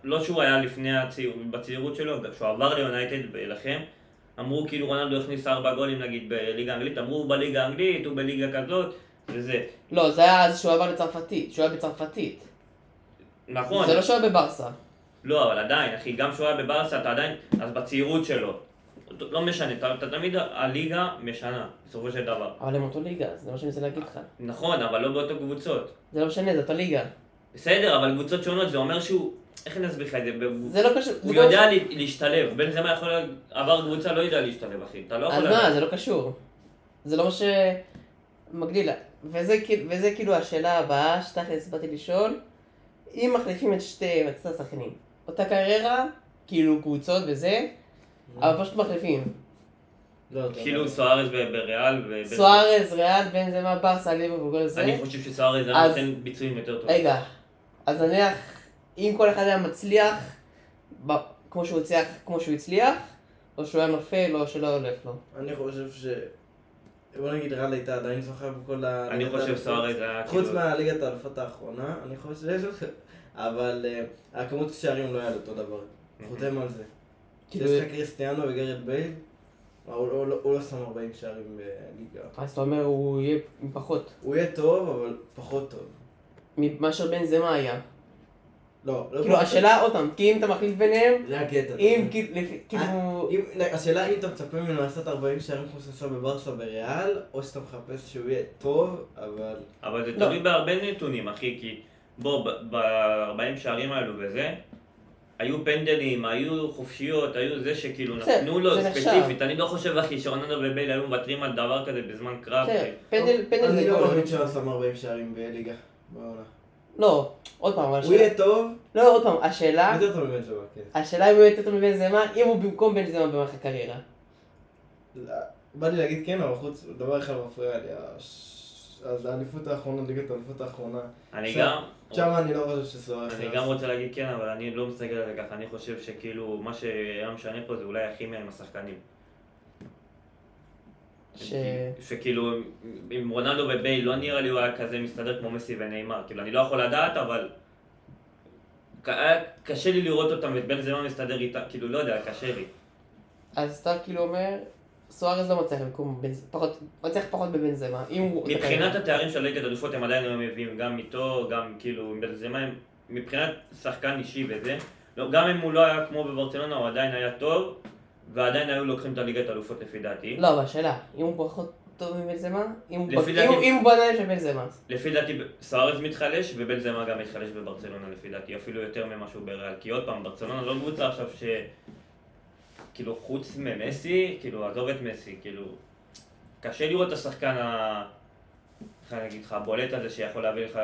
[SPEAKER 3] לא שהוא היה לפני הצעיר... בצעירות שלו, גם שהוא עבר ליונייטד ולכם, אמרו כאילו רונלדו הכניס ארבע גולים נגיד בליגה האנגלית, אמרו הוא בליגה האנגלית, הוא בליגה כזאת, וזה.
[SPEAKER 1] לא, זה היה אז שהוא עבר לצרפתית, שהוא היה בצרפתית.
[SPEAKER 3] נכון.
[SPEAKER 1] זה לא שהוא היה בברסה.
[SPEAKER 3] לא, אבל עדיין, אחי, גם כשהוא היה בברסה, אתה עדיין... אז בצעירות שלו. לא משנה, אתה, אתה תמיד הליגה משנה, בסופו של דבר.
[SPEAKER 1] אבל הם אותו ליגה, זה מה שאני מנסה להגיד לך.
[SPEAKER 3] נכון, אבל לא באותו קבוצות.
[SPEAKER 1] זה לא משנה, זה אותה ליגה.
[SPEAKER 3] בסדר, אבל קבוצות שונות, זה אומר שהוא... איך אני אסביר לך את זה? בב-
[SPEAKER 1] זה לא קשור. זה
[SPEAKER 3] הוא
[SPEAKER 1] לא-
[SPEAKER 3] יודע לה- להשתלב, בן זמה יכול להיות, עבר קבוצה, לא יודע להשתלב אחי, אתה לא
[SPEAKER 1] אז
[SPEAKER 3] יכול...
[SPEAKER 1] מה, זה לא קשור. זה לא מה שמגדיל. וזה, כאילו- וזה כאילו השאלה הבאה שתכלס באתי לשאול. אם מחליפים את שתי, את שתי השחקנים, אותה קריירה, כאילו קבוצות וזה, אבל פשוט מחליפים.
[SPEAKER 2] לא, אתה
[SPEAKER 3] כאילו
[SPEAKER 2] אומר.
[SPEAKER 3] סוארז ב- בריאל ו...
[SPEAKER 1] סוארז, ריאל, בן זמה, ברסה, ליברפורג, כל זה.
[SPEAKER 3] אה, אני חושב שסוארז היה
[SPEAKER 1] אז-
[SPEAKER 3] נותן ביצועים יותר טובים.
[SPEAKER 1] רגע, אז נניח, אם כל אחד היה מצליח, ב... כמו שהוא הצליח, כמו שהוא הצליח, או שהוא היה נופל, או שלא הולך לו.
[SPEAKER 2] אני חושב ש... בוא נגיד ריאל הייתה עדיין זוכה בכל ה...
[SPEAKER 3] אני חושב סוארז היה כאילו...
[SPEAKER 2] חוץ מהליגת האלופות האחרונה, אני חושב, אבל אה, הכמות שערים לא היה לו אותו דבר.
[SPEAKER 3] אוקיי. כן.
[SPEAKER 2] חותם על זה.
[SPEAKER 1] כאילו-
[SPEAKER 2] כשיש לך קריסטיאנו וגרד בייל, הוא- הוא לא- הוא לא שם 40 שערים בליגה.
[SPEAKER 1] אז אתה אומר, הוא יהיה פחות.
[SPEAKER 2] הוא יהיה טוב, אבל פחות טוב.
[SPEAKER 1] ממה שבן זה מה היה.
[SPEAKER 2] לא, לא...
[SPEAKER 1] כאילו, השאלה עוד פעם, כי אם אתה מחליף ביניהם,
[SPEAKER 2] זה הקטע.
[SPEAKER 1] אם כי- לפי- כאילו...
[SPEAKER 2] אם- השאלה אם אתה מצפה ממנו לעשות 40 שערים כמו שעשה בברסה בריאל, או שאתה מחפש שהוא יהיה טוב, אבל...
[SPEAKER 3] אבל זה
[SPEAKER 1] לא.
[SPEAKER 3] תלוי בהרבה נתונים, אחי, כי בוא, ב-40 שערים האלו וזה, היו פנדלים, היו חופשיות, היו זה שכאילו
[SPEAKER 1] בסדר,
[SPEAKER 3] נתנו לו
[SPEAKER 1] זה נחשב.
[SPEAKER 3] ספציפית. אני לא חושב, אחי, שרוננדו ובייל היו מוותרים על דבר כזה בזמן קרב.
[SPEAKER 1] בסדר, פנדל, פנדל
[SPEAKER 2] אני
[SPEAKER 1] זה
[SPEAKER 2] לא
[SPEAKER 1] גול.
[SPEAKER 2] מאמין שהוא שם 40 שערים בליגה. בעונה.
[SPEAKER 1] לא, עוד פעם, אבל
[SPEAKER 2] הוא
[SPEAKER 1] השאלה...
[SPEAKER 2] יהיה טוב,
[SPEAKER 1] לא, עוד פעם, השאלה...
[SPEAKER 2] יותר טוב מבנג'מה, כן.
[SPEAKER 1] השאלה אם הוא יהיה יותר טוב מבן זמה, אם הוא במקום בן זמה במערכת הקריירה.
[SPEAKER 2] לא, בא לי להגיד כן, אבל חוץ, דבר אחד מפריע לי, הש- אז האליפות האחרונה, ליגת האליפות האחרונה.
[SPEAKER 3] אני
[SPEAKER 2] בסדר.
[SPEAKER 3] גם...
[SPEAKER 2] שם אני לא חושב שסורך.
[SPEAKER 3] אני גם רוצה להגיד כן, אבל אני לא מסתכל על זה ככה, אני חושב שכאילו, מה שהיה משנה פה זה אולי הכימיה עם השחקנים. אוקיי.
[SPEAKER 1] ש...
[SPEAKER 3] שכאילו, עם רונלדו ובייל לא נראה לי הוא היה כזה מסתדר כמו מסי ונאמר. כאילו, אני לא יכול לדעת, אבל... ק- היה קשה לי לראות אותם, ואת בן זמן מסתדר איתם, כאילו, לא יודע, קשה לי.
[SPEAKER 1] אז אתה כאילו אומר, סוארז לא מצליח במקום בן זמה, פחות, מצליח פחות בבן זמה. אם הוא...
[SPEAKER 3] מבחינת התארים של ליגת אלופות הם עדיין היו מביאים, גם איתו, גם כאילו עם בנזמה, הם- מבחינת שחקן אישי וזה, לא, גם אם הוא לא היה כמו בברצלונה, הוא עדיין היה טוב, ועדיין היו לוקחים את הליגת אלופות לפי דעתי.
[SPEAKER 1] לא, אבל השאלה, אם הוא פחות טוב מבן זמה, אם הוא
[SPEAKER 3] לפי
[SPEAKER 1] אם-
[SPEAKER 3] דעתי-
[SPEAKER 1] אם הוא בנאדם של בן זמה.
[SPEAKER 3] לפי דעתי סוארז מתחלש, ובנזמה גם מתחלש בברצלונה לפי דעתי, אפילו יותר ממה שהוא בריאל, כי עוד פעם, ברצלונה לא קבוצה עכשיו ש... כאילו חוץ ממסי, כאילו עזוב את מסי, כאילו... קשה לראות את השחקן ה... איך אני אגיד לך, הבולט הזה שיכול להביא לך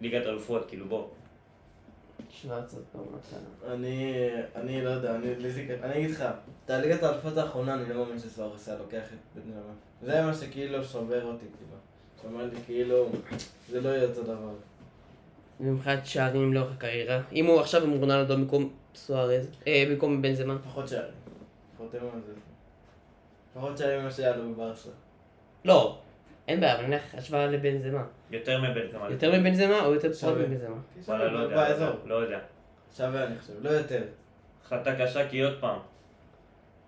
[SPEAKER 3] ליגת אלופות, כאילו בוא.
[SPEAKER 1] שוורץ עוד פעם מתחילה.
[SPEAKER 2] אני, אני לא יודע, אני, לי זה- אני אגיד לך, את הליגת האלפות האחרונה אני לא מאמין שסוארס היה לוקח את בן זמן. זה מה שכאילו שובר אותי, כאילו. שאומר לי כאילו, זה לא יהיה אותו דבר.
[SPEAKER 1] מבחינת שערים לאורך הקריירה, אם הוא עכשיו עם רונלדו במקום סוארז, אה, במקום בן זמה.
[SPEAKER 2] פחות שערים. חותם על זה. פחות שערים ממה שהיה לו בברסה.
[SPEAKER 1] לא, אין בעיה, אבל נניח השוואה לבן זמה.
[SPEAKER 3] יותר מבנזמה.
[SPEAKER 1] יותר מבן זמה או יותר פחות
[SPEAKER 2] שווה.
[SPEAKER 1] מבן זמה?
[SPEAKER 3] וואלה, לא יודע.
[SPEAKER 2] באזור.
[SPEAKER 3] לא יודע.
[SPEAKER 2] שווה אני חושב, לא יותר.
[SPEAKER 3] החלטה קשה כי עוד פעם.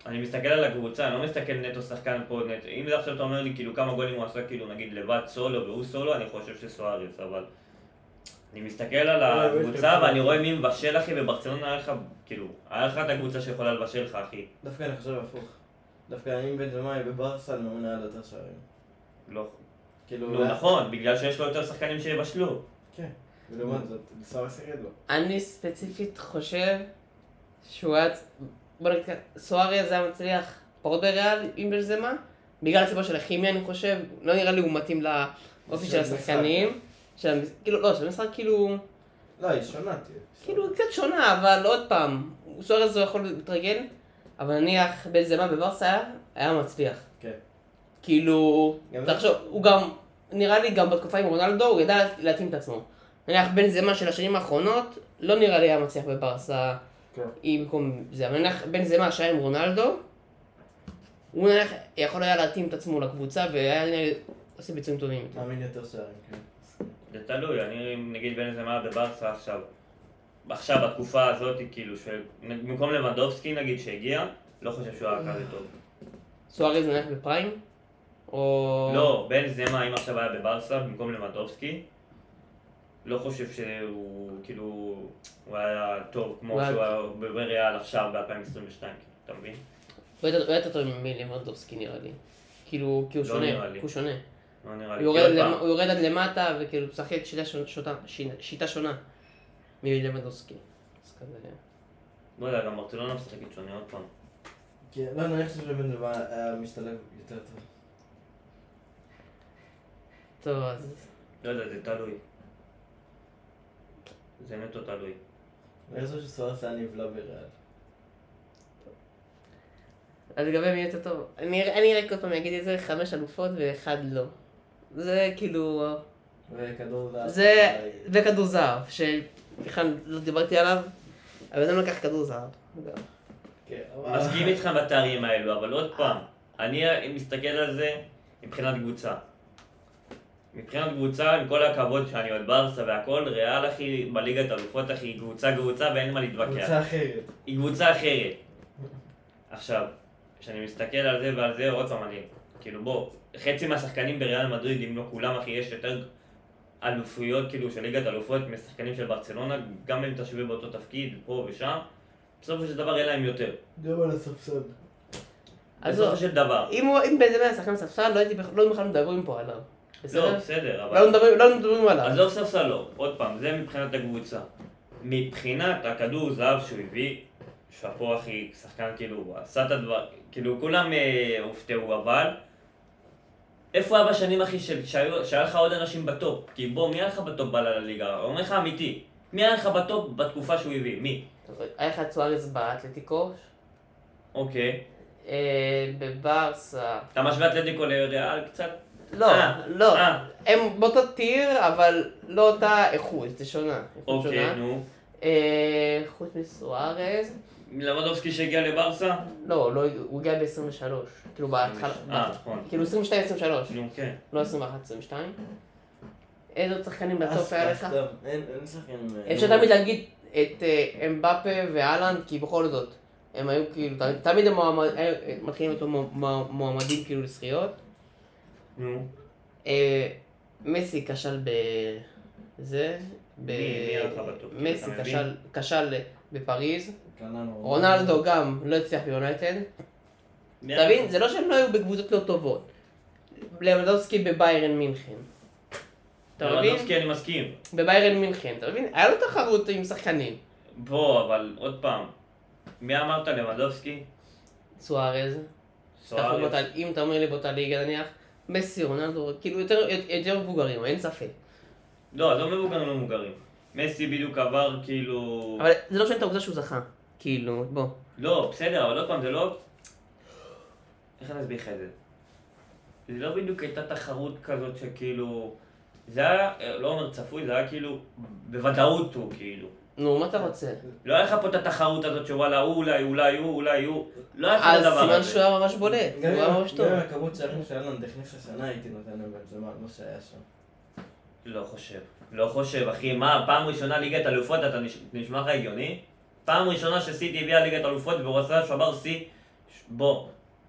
[SPEAKER 3] אני מסתכל על הקבוצה, אני לא מסתכל נטו שחקן פה נטו. אם זה עכשיו אתה אומר לי כאילו כמה גולים הוא עשה כאילו נגיד לבד סולו והוא סולו, אני חושב שסוארץ, אבל... אני מסתכל על
[SPEAKER 2] לא, יש
[SPEAKER 3] הקבוצה
[SPEAKER 2] לך-
[SPEAKER 3] ואני רואה מי מבשל אחי וברצלונה היה לך, כאילו, היה לך את הקבוצה שיכולה לבשל לך אחי.
[SPEAKER 2] דווקא אני חושב הפוך. דווקא אם בן זמן בברסה, אני מאמין היה לו יותר שערים.
[SPEAKER 3] לא,
[SPEAKER 2] כאילו,
[SPEAKER 3] נו
[SPEAKER 2] אולי-
[SPEAKER 3] נכון, בגלל שיש לו יותר שחקנים שיבשלו.
[SPEAKER 2] כן. ולעומת זאת, סוארס ירד
[SPEAKER 3] לא.
[SPEAKER 2] לו.
[SPEAKER 1] אני ספציפית חושב שהוא היה... בוא נגיד ככה, סוארז היה מצליח פחות בריאל עם בנזמה, בגלל הסיבה של הכימיה אני חושב, לא נראה לי הוא מתאים לאופי
[SPEAKER 2] של
[SPEAKER 1] של
[SPEAKER 2] המשחק.
[SPEAKER 1] השחקנים. של המש- כאילו, לא, של המשחק כאילו,
[SPEAKER 2] לא, היא שונה תהיה.
[SPEAKER 1] כאילו היא קצת שונה, אבל עוד פעם, סוארז הוא יכול להתרגל, אבל נניח בנזמה בברסה היה- היה מצליח.
[SPEAKER 2] כן.
[SPEAKER 1] כאילו,
[SPEAKER 2] גם זה-
[SPEAKER 1] תחשוב, הוא גם, נראה לי גם בתקופה עם רונלדו, הוא ידע להתאים את עצמו. נניח בן זמה של השנים האחרונות, לא נראה לי היה מצליח בברסה
[SPEAKER 2] כן.
[SPEAKER 1] עם במקום זה, אבל נניח בן זמה שהיה עם רונלדו, הוא נניח יכול היה להתאים את עצמו לקבוצה והיה נראה לי עושה ביצועים טובים יותר.
[SPEAKER 2] מאמין יותר שערים, כן.
[SPEAKER 3] זה תלוי, אני נגיד בין איזה מה בברסה עכשיו, עכשיו בתקופה הזאת, כאילו, במקום לבנדובסקי נגיד שהגיע, לא חושב שהוא היה כזה טוב.
[SPEAKER 1] סוארז נניח בפריים? או...
[SPEAKER 3] לא, בן זמה, אם עכשיו היה בברסה, במקום לבנדובסקי, לא חושב שהוא, כאילו, הוא היה טוב כמו
[SPEAKER 1] הוא היה-
[SPEAKER 3] שהוא היה בריאל עכשיו ב-2022, אתה מבין?
[SPEAKER 1] הוא היה הוא היה יותר טוב מלבנדובסקי נראה לי. כאילו, כי הוא
[SPEAKER 3] לא
[SPEAKER 1] שונה,
[SPEAKER 3] נראה לי.
[SPEAKER 1] הוא שונה.
[SPEAKER 3] לא נראה
[SPEAKER 1] הוא
[SPEAKER 3] לי.
[SPEAKER 1] יורד
[SPEAKER 3] כי עוד
[SPEAKER 1] למ-
[SPEAKER 3] פעם,
[SPEAKER 1] הוא יורד עד למטה וכאילו משחק שיטה שונה- שוטה- שינה- שיטה שונה מלבנדובסקי. אז כזה...
[SPEAKER 3] לא יודע, גם ברצלונה משחקת שונה עוד פעם.
[SPEAKER 2] כן, לא, אני חושב שבן זמן היה משתלב יותר טוב.
[SPEAKER 1] טוב, אז...
[SPEAKER 3] לא יודע, זה תלוי. זה נטו תלוי.
[SPEAKER 2] אני חושב שסוארס היה נבלע בריאל.
[SPEAKER 1] אז לגבי מי יותר טוב, אני אני רק עוד פעם אגיד את זה, חמש אלופות ואחד לא. זה כאילו...
[SPEAKER 2] וכדור זה...
[SPEAKER 1] זה... וכדור זהב, שבכלל לא דיברתי עליו, אבל זה לא לקח כדור זהב.
[SPEAKER 2] כן, אבל-
[SPEAKER 3] מסכים איתך בתארים האלו, אבל עוד פעם, אני מסתכל על זה מבחינת קבוצה. מבחינת קבוצה, עם כל הכבוד שאני עוד ברסה והכל, ריאל אחי, בליגת אלופות אחי, היא קבוצה קבוצה ואין מה להתווכח.
[SPEAKER 2] קבוצה אחרת.
[SPEAKER 3] היא קבוצה אחרת. עכשיו, כשאני מסתכל על זה ועל זה, עוד פעם אני, כאילו בוא, חצי מהשחקנים בריאל מדריד, אם לא כולם אחי, יש יותר אלופויות, כאילו, של ליגת אלופות משחקנים של ברצלונה, גם אם תשווה באותו תפקיד, פה ושם, בסופו של דבר אין להם יותר.
[SPEAKER 2] גם על הספסל.
[SPEAKER 3] בסופו של דבר.
[SPEAKER 1] לא, אם הוא- אם בנזמה היה שחקן ספסל, לא הייתי בכ- לא היינו בכלל מדברים פה עליו.
[SPEAKER 3] לא,
[SPEAKER 1] בסדר?
[SPEAKER 3] בסדר,
[SPEAKER 1] לא היינו
[SPEAKER 3] אבל...
[SPEAKER 1] מדברים- לא היינו מדברים עליו.
[SPEAKER 3] עזוב ספסל לא, עוד פעם, זה מבחינת הקבוצה. מבחינת הכדור זהב שהוא הביא, שאפו אחי, שחקן כאילו, הוא עשה את הדבר, כאילו כולם אה, הופתעו, אבל... איפה היה בשנים אחי של- שהיו- שהיה לך עוד אנשים בטופ? כי בוא, מי היה לך בטופ בעלה לליגה? אומר לך אמיתי. מי היה לך בטופ בתקופה שהוא הביא? מי?
[SPEAKER 1] טוב, היה לך את סוארז באתלטיקו,
[SPEAKER 3] אוקיי.
[SPEAKER 1] אה, בברסה.
[SPEAKER 3] אתה משווה אתלטיקו לריאל קצת?
[SPEAKER 1] לא,
[SPEAKER 3] אה,
[SPEAKER 1] לא.
[SPEAKER 3] אה,
[SPEAKER 1] הם באותו טיר, אבל לא אותה איכות, זה שונה. איכות
[SPEAKER 3] אוקיי,
[SPEAKER 1] שונה.
[SPEAKER 3] נו.
[SPEAKER 1] אה, חוץ מסוארז,
[SPEAKER 3] לבדובסקי שהגיע לברסה?
[SPEAKER 1] לא, לא, הוא הגיע ב-23. כאילו בהתחלה,
[SPEAKER 3] אה,
[SPEAKER 1] ב-
[SPEAKER 3] נכון.
[SPEAKER 1] כאילו 22-23,
[SPEAKER 3] נו, כן.
[SPEAKER 1] לא 21-22. איזה עוד שחקנים בטופ היה לך?
[SPEAKER 2] סתם, אין אין שחקנים. אה,
[SPEAKER 1] אפשר
[SPEAKER 2] נו.
[SPEAKER 1] תמיד להגיד את אה, אמבפה ואלנד, כי בכל זאת, הם היו כאילו, ת- תמיד הם מועמד- היו- אה, מתחילים אותו מוע- מוע- מועמדים כאילו לזכיות.
[SPEAKER 3] נו.
[SPEAKER 1] אה, מסי כשל ב... זה? ב...
[SPEAKER 3] מי- מי הלך בטוח?
[SPEAKER 1] מסי
[SPEAKER 3] אתה מבין?
[SPEAKER 1] כשל- כשל בפריז,
[SPEAKER 2] קנן,
[SPEAKER 1] רונלדו גם לא הצליח ביונייטד.
[SPEAKER 3] מי
[SPEAKER 1] אתה מבין? זה לא שהם לא היו בקבוצות לא טובות. לבדובסקי בביירן מינכן. אתה מבין?
[SPEAKER 3] לבנדובסקי אני מסכים.
[SPEAKER 1] בביירן מינכן, אתה מבין? היה לו תחרות עם שחקנים.
[SPEAKER 3] בוא, אבל עוד פעם. מי אמרת לבנדובסקי?
[SPEAKER 1] סוארז, אתה יכול
[SPEAKER 3] סוארץ.
[SPEAKER 1] באותה- אם אתה אומר לי באותה ליגה נניח, מסי, רונלדו, כאילו יותר- יותר מבוגרים, אין ספק.
[SPEAKER 3] לא, עזוב מבוגרים לא מבוגרים. מסי בדיוק עבר כאילו...
[SPEAKER 1] אבל זה לא משנה את העובדה שהוא זכה. כאילו, בוא.
[SPEAKER 3] לא, בסדר, אבל עוד פעם, זה לא... איך אני אסביר לך את זה? זה לא בדיוק הייתה תחרות כזאת שכאילו... זה היה, לא אומר צפוי, זה היה כאילו... בוודאות הוא כאילו.
[SPEAKER 1] נו, מה אתה רוצה?
[SPEAKER 3] לא היה לך פה את התחרות הזאת שוואלה, הוא אולי, אולי הוא, אולי הוא. לא היה לך את
[SPEAKER 1] אז
[SPEAKER 3] הדבר הזה.
[SPEAKER 1] סימן שהוא היה ממש בולט, הוא
[SPEAKER 2] גם
[SPEAKER 1] היה ממש
[SPEAKER 2] אם-
[SPEAKER 1] טוב.
[SPEAKER 2] גם אם הכמות שערים שאלנד הכניס השנה הייתי נותן להם בנזמה, מה שהיה שם.
[SPEAKER 3] לא חושב. לא חושב, אחי. מה, פעם ראשונה ליגת אלופות, אתה נש... נשמע לך הגיוני? פעם ראשונה שסיטי הביאה ליגת אלופות והוא עשה שבר שיא, ש- בוא,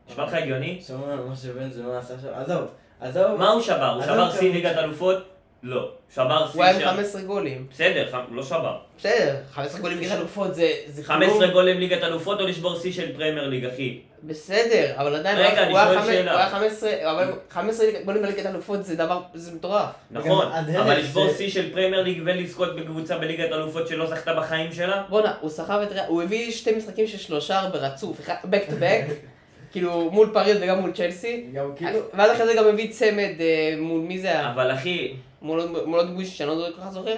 [SPEAKER 3] נשמע לך הגיוני?
[SPEAKER 2] שמענו על מה שבנזמה עשה שם, עזוב, עזוב.
[SPEAKER 3] מה הוא שבר? הוא
[SPEAKER 2] אז
[SPEAKER 3] שבר
[SPEAKER 2] אוקיי.
[SPEAKER 3] שיא ליגת אלופות? לא. שבר
[SPEAKER 1] הוא היה
[SPEAKER 3] שיא
[SPEAKER 1] עם
[SPEAKER 3] שם.
[SPEAKER 1] 15 גולים.
[SPEAKER 3] בסדר, ח- הוא לא שבר.
[SPEAKER 1] בסדר, 15 גולים בגלל אלופות זה זה כלום.
[SPEAKER 3] 15 גולים ליגת אלופות או לשבור שיא של פרמייר ליג, אחי?
[SPEAKER 1] בסדר, אבל עדיין,
[SPEAKER 3] רגע,
[SPEAKER 1] הוא היה
[SPEAKER 3] אני
[SPEAKER 1] חמש-
[SPEAKER 3] שואל
[SPEAKER 1] הוא
[SPEAKER 3] שאלה.
[SPEAKER 1] היה 15, אבל 15 גולים בליגת אלופות זה דבר, זה מטורף.
[SPEAKER 3] נכון,
[SPEAKER 2] וגם הדרך
[SPEAKER 3] אבל לשבור
[SPEAKER 2] זה-
[SPEAKER 3] שיא של פרמייר ליג ולזכות בקבוצה בליגת אלופות שלא זכתה בחיים שלה?
[SPEAKER 1] בואנה, הוא סחב את ריאל, הוא הביא שתי משחקים של שלושה ברצוף, back to back, כאילו מול פריז וגם מול צ'לסי.
[SPEAKER 2] גם כאילו,
[SPEAKER 1] ואז אחרי זה גם הביא צמד אה, מול מי זה היה?
[SPEAKER 3] אבל אחי,
[SPEAKER 1] מול עוד- מול עוד מישהו שאני לא כל כך זוכר.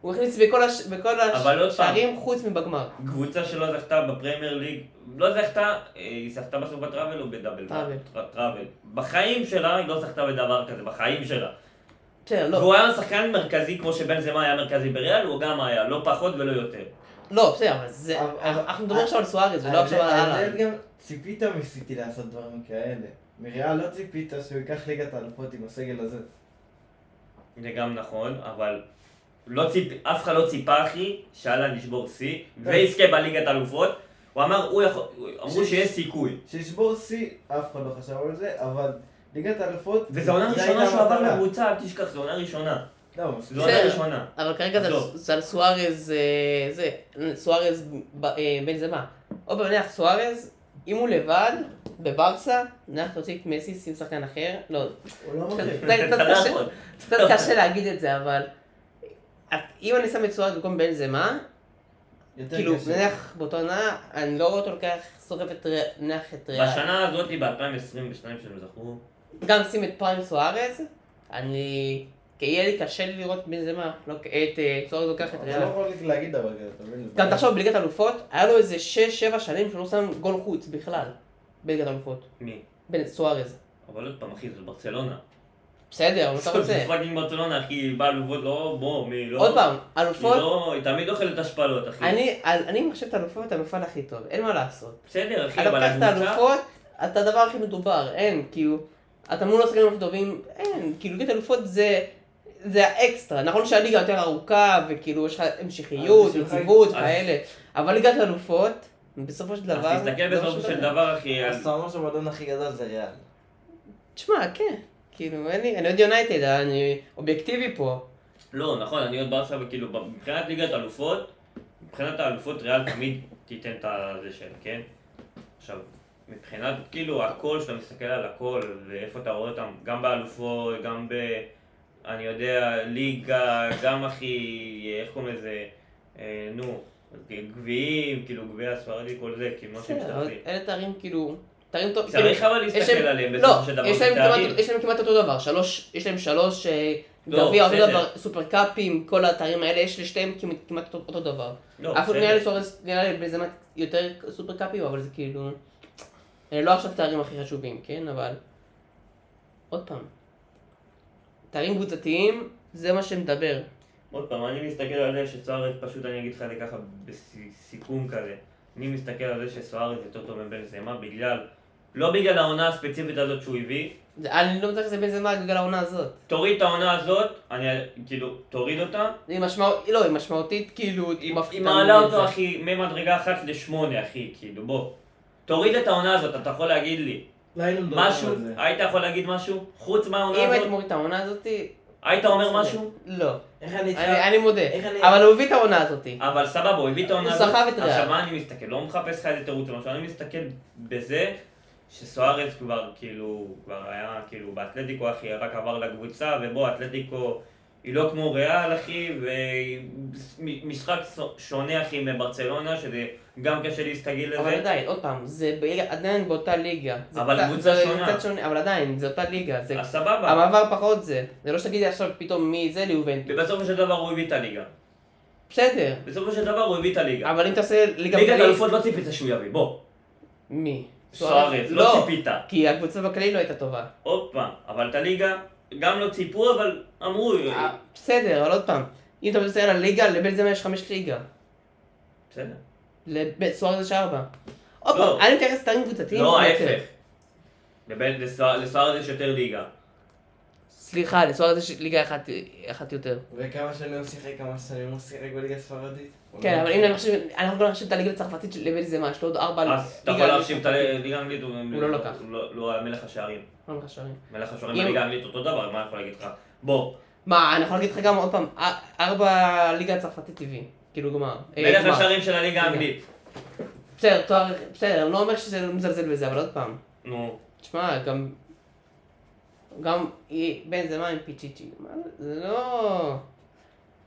[SPEAKER 1] הוא הכניס בכל הש- בכל
[SPEAKER 3] אבל עוד פעם.
[SPEAKER 1] השערים חוץ מבגמר.
[SPEAKER 3] קבוצה שלא זכתה בפרמייר ליג, לא זכתה, אה, היא זכתה בסוף בטראבל או בדאבל?
[SPEAKER 1] טראבל.
[SPEAKER 3] טר- טראבל. בחיים שלה היא לא זכתה בדבר כזה, בחיים שלה.
[SPEAKER 1] בסדר, לא.
[SPEAKER 3] והוא היה שחקן מרכזי כמו שבנזמה היה מרכזי בריאל, הוא גם היה, לא פחות ולא יותר.
[SPEAKER 1] לא, בסדר, אבל זה...
[SPEAKER 2] אבל- אבל-
[SPEAKER 1] אנחנו מדברים עכשיו על סוארז, ולא לא עכשיו על אהלן.
[SPEAKER 2] ההבדל גם, ציפית מסיטי לעשות דברים כאלה. מריאל לא ציפית שהוא ייקח ליגת האלופות עם הסגל הזה.
[SPEAKER 3] זה גם נכון, אבל לא ציפ... אף אחד לא ציפה, אחי, שאללה נשבור שיא,
[SPEAKER 1] כן.
[SPEAKER 3] ויזכה בליגת אלופות. הוא אמר, הוא יכול... אמרו שיש סיכוי.
[SPEAKER 2] שישבור שיא, אף אחד לא חשב על זה, אבל ליגת האלופות...
[SPEAKER 3] וזו עונה
[SPEAKER 2] זה
[SPEAKER 3] ראשונה
[SPEAKER 2] הייתה
[SPEAKER 3] שהוא עבר
[SPEAKER 2] המטרה.
[SPEAKER 3] לקבוצה, אל תשכח, זו עונה ראשונה.
[SPEAKER 2] לא, אבל-
[SPEAKER 3] זו עונה
[SPEAKER 1] בסדר.
[SPEAKER 3] ראשונה.
[SPEAKER 1] אבל כרגע זה על-
[SPEAKER 3] עזוב.
[SPEAKER 1] זה על סוארז, אה, זה, סוארז ב- אה, בן זמה. או נניח סוארז, אם הוא לבד, בברסה, נניח תוציא את מסי, שים שחקן אחר, לא,
[SPEAKER 2] הוא לא
[SPEAKER 1] קצת-
[SPEAKER 2] מוכר.
[SPEAKER 1] קצת-
[SPEAKER 3] אתה לא
[SPEAKER 1] קצת קשה-
[SPEAKER 3] יכול.
[SPEAKER 1] קצת קשה להגיד את זה, אבל... את- אם אני שם את סוארז במקום בן זמה,
[SPEAKER 2] יותר
[SPEAKER 1] כאילו,
[SPEAKER 2] קשה.
[SPEAKER 1] נניח באותה עונה, אני לא רואה אותו לוקח, סוחב את ריאל, נניח את ריאל.
[SPEAKER 3] בשנה הזאת, ב-2022 שהם זכו,
[SPEAKER 1] גם שים את פריים סוארז, אני... כי יהיה לי קשה לי לראות בן זמה, לא- את אה, סוארז לוקח את
[SPEAKER 2] אתה
[SPEAKER 1] ריאל.
[SPEAKER 2] לא יכול להגיד דבר כזה, אתה מבין?
[SPEAKER 1] גם תחשוב, בליגת אלופות, היה לו איזה 6-7 שנים שהוא לא שם גול חוץ בכלל. בליגת אלופות.
[SPEAKER 3] מי?
[SPEAKER 1] בן סוארז.
[SPEAKER 3] אבל עוד פעם, אחי, זה ברצלונה.
[SPEAKER 1] בסדר, אבל אתה
[SPEAKER 3] זה
[SPEAKER 1] רוצה.
[SPEAKER 3] פאקינג ברצלונה, אחי, היא באה עלובות, לא, בוא, מי, לא.
[SPEAKER 1] עוד פעם,
[SPEAKER 3] היא
[SPEAKER 1] אלופות,
[SPEAKER 3] לא, היא תמיד אוכלת השפלות, אחי.
[SPEAKER 1] אני- אל- אני מחשב את האלופות את המפעל הכי טוב, אין מה לעשות.
[SPEAKER 3] בסדר, אחי,
[SPEAKER 1] אתה
[SPEAKER 3] אבל
[SPEAKER 1] לוקח את
[SPEAKER 3] הקבוצה...
[SPEAKER 1] האלופות, אתה הדבר הכי מדובר, אין, כאילו... אתה מול השחקנים הכי טובים, אין, כאילו ליגת אלופות זה... זה האקסטרה, נכון שהליגה יותר ארוכה וכאילו יש לך המשכיות,
[SPEAKER 2] אבל בשבילך-
[SPEAKER 1] יציבות,
[SPEAKER 3] אז-
[SPEAKER 1] כאלה, אבל ליגת אלופות, בסופו של דבר, לא
[SPEAKER 3] אז תסתכל
[SPEAKER 1] דבר
[SPEAKER 3] בסופו של
[SPEAKER 1] דבר.
[SPEAKER 3] דבר, אחי,
[SPEAKER 2] אז
[SPEAKER 3] אז-
[SPEAKER 2] אתה אומר שהמועדון הכי גדול זה ריאל.
[SPEAKER 1] תשמע, כן, כאילו אין לי, אני עוד יונייטד, אני אובייקטיבי פה,
[SPEAKER 3] לא, נכון, אני עוד ברסה, וכאילו, מבחינת ליגת אלופות, מבחינת האלופות ריאל תמיד תיתן את הזה שלהם, כן? עכשיו, מבחינת, כאילו, הכל, שאתה מסתכל על הכל, ואיפה אתה רואה אותם, גם באלופות, גם ב... אני יודע, ליגה, גם הכי, איך קוראים לזה, אה, נו, גביעים, כאילו, גביע הספרדי, כל זה, כאילו, מה
[SPEAKER 1] בסדר, אבל
[SPEAKER 3] שמשתחררים.
[SPEAKER 1] אלה תארים כאילו, תארים טוב, כאילו,
[SPEAKER 3] צריך אבל
[SPEAKER 1] יש
[SPEAKER 3] להסתכל
[SPEAKER 1] להם-
[SPEAKER 3] עליהם
[SPEAKER 1] לא,
[SPEAKER 3] בסופו של דבר,
[SPEAKER 1] יש
[SPEAKER 3] זה
[SPEAKER 1] להם
[SPEAKER 3] תארים.
[SPEAKER 1] כמעט- יש להם כמעט אותו דבר, שלוש, יש להם שלוש אה,
[SPEAKER 3] לא,
[SPEAKER 1] גביע, אותו
[SPEAKER 3] בסדר.
[SPEAKER 1] דבר, סופר קאפים, כל התארים האלה, יש לשתיהם כמעט- כמעט אותו- אותו דבר.
[SPEAKER 3] לא,
[SPEAKER 1] אף אחד
[SPEAKER 3] בסדר.
[SPEAKER 1] נראה לי סורס, נראה לי בזמן יותר סופר קאפים, אבל זה כאילו... אה, לא עכשיו תארים הכי חשובים, כן? אבל... עוד פעם. תארים קבוצתיים, זה מה שמדבר.
[SPEAKER 3] עוד פעם, אני מסתכל על זה שסוארז, פשוט אני אגיד לך את זה ככה בסיכום כזה. אני מסתל על זה שסוארז יותר טוב מבנזמה בגלל, לא בגלל העונה הספציפית הזאת שהוא הביא,
[SPEAKER 1] זה- אני לא מצליח לזה בן זמן בגלל העונה הזאת.
[SPEAKER 3] תוריד את העונה הזאת, אני כאילו, תוריד אותה,
[SPEAKER 1] היא משמעות... לא, היא משמעותית כאילו...
[SPEAKER 3] היא היא
[SPEAKER 1] מפחיתה
[SPEAKER 3] מעלה
[SPEAKER 1] מאוד
[SPEAKER 3] אותו
[SPEAKER 1] זה.
[SPEAKER 3] אחי ממדרגה אחת לשמונה אחי, כאילו בוא. תוריד את העונה הזאת, אתה יכול להגיד לי
[SPEAKER 2] לא היינו מדברים על
[SPEAKER 3] משהו?
[SPEAKER 2] זה.
[SPEAKER 3] היית יכול להגיד משהו? חוץ מהעונה
[SPEAKER 1] אם היית
[SPEAKER 3] הזאת?
[SPEAKER 1] מוריד את העונה הזאת...
[SPEAKER 3] היית אומר משהו?
[SPEAKER 1] לא.
[SPEAKER 2] איך אני איתך?
[SPEAKER 1] אני אני מודה.
[SPEAKER 2] איך אני-
[SPEAKER 1] אבל הוא הביא את העונה הזאת.
[SPEAKER 3] אבל סבבה, הוא הביא את העונה
[SPEAKER 1] הוא
[SPEAKER 3] הזאת.
[SPEAKER 1] סחב את ריאל.
[SPEAKER 3] עכשיו, מה אני מסתכל? לא מחפש לך איזה תירוץ או משהו, אני מסתכל בזה שסוארז כבר, כאילו, כבר היה, כאילו, באתלטיקו, אחי, רק עבר לקבוצה, ובוא, אתלטיקו היא לא כמו ריאל, אחי, ומשחק שונה, אחי, מברצלונה, שזה גם קשה להסתגל
[SPEAKER 1] אבל
[SPEAKER 3] לזה.
[SPEAKER 1] עדיין, עוד פעם, זה בליגה- עדיין באותה ליגה. זה
[SPEAKER 3] אבל
[SPEAKER 1] קצת-
[SPEAKER 3] קבוצה
[SPEAKER 1] זה
[SPEAKER 3] שונה.
[SPEAKER 1] קצת שונה. אבל עדיין, זה אותה ליגה. זה
[SPEAKER 3] אז סבבה.
[SPEAKER 1] המעבר פחות זה. זה לא שתגידי עכשיו פתאום מי זה ליובנטוס.
[SPEAKER 3] ובסופו של דבר הוא הביא את הליגה.
[SPEAKER 1] בסדר.
[SPEAKER 3] בסופו של דבר הוא הביא את הליגה.
[SPEAKER 1] אבל אם תעשה ליגה...
[SPEAKER 3] ליגת
[SPEAKER 1] בכללי-
[SPEAKER 3] אלופות לא ציפית שהוא יביא, בוא.
[SPEAKER 1] מי?
[SPEAKER 3] סוארז, לא
[SPEAKER 1] לא.
[SPEAKER 3] ציפית.
[SPEAKER 1] כי הקבוצה בכללי לא הייתה טובה.
[SPEAKER 3] עוד פעם, אבל את הליגה, גם לא ציפו, אבל אמרו,
[SPEAKER 1] אה, בסדר, אבל עוד פעם. אם אתה מסתכל על הליגה, לבן זמן יש חמש ליגה.
[SPEAKER 3] בסדר.
[SPEAKER 1] לסוארז יש ארבע. עוד
[SPEAKER 3] לא.
[SPEAKER 1] פעם, אני מתייחס לסטרים קבוצתיים.
[SPEAKER 3] לא,
[SPEAKER 1] יותר.
[SPEAKER 3] ההפך. לבין- לסוע- לסוארז יש יותר ליגה.
[SPEAKER 1] סליחה, לסוארז יש ליגה אחת- אחת יותר.
[SPEAKER 2] וכמה שנים הוא שיחק, כמה שנים הוא שיחק בליגה הספרדית?
[SPEAKER 1] כן, אבל אם אני חושב, אנחנו לא נחשב את הליגה הצרפתית של לבן זמן, יש לו עוד ארבע
[SPEAKER 3] אז אתה יכול להמשיך את הליגה האנגלית,
[SPEAKER 1] כן. הוא לא לקח.
[SPEAKER 3] הוא היה מלך השערים.
[SPEAKER 1] ארבע שערים.
[SPEAKER 3] מלך השערים
[SPEAKER 1] אם-
[SPEAKER 3] בליגה האנגלית אותו דבר, מה אני יכול להגיד לך? בוא,
[SPEAKER 1] מה, אני יכול להגיד לך גם עוד פעם, אה, ארבע ליגה הצרפתית טבעי. כאילו גמר. אה,
[SPEAKER 3] מלך
[SPEAKER 1] גמר.
[SPEAKER 3] השערים של הליגה האנגלית.
[SPEAKER 1] בסדר, תואר, בסדר, אני לא אומר שזה לא מזלזל בזה, אבל עוד פעם,
[SPEAKER 3] נו,
[SPEAKER 1] תשמע, גם... גם אה, בן זמה עם פיצ'יצ'י, מה זה? זה לא...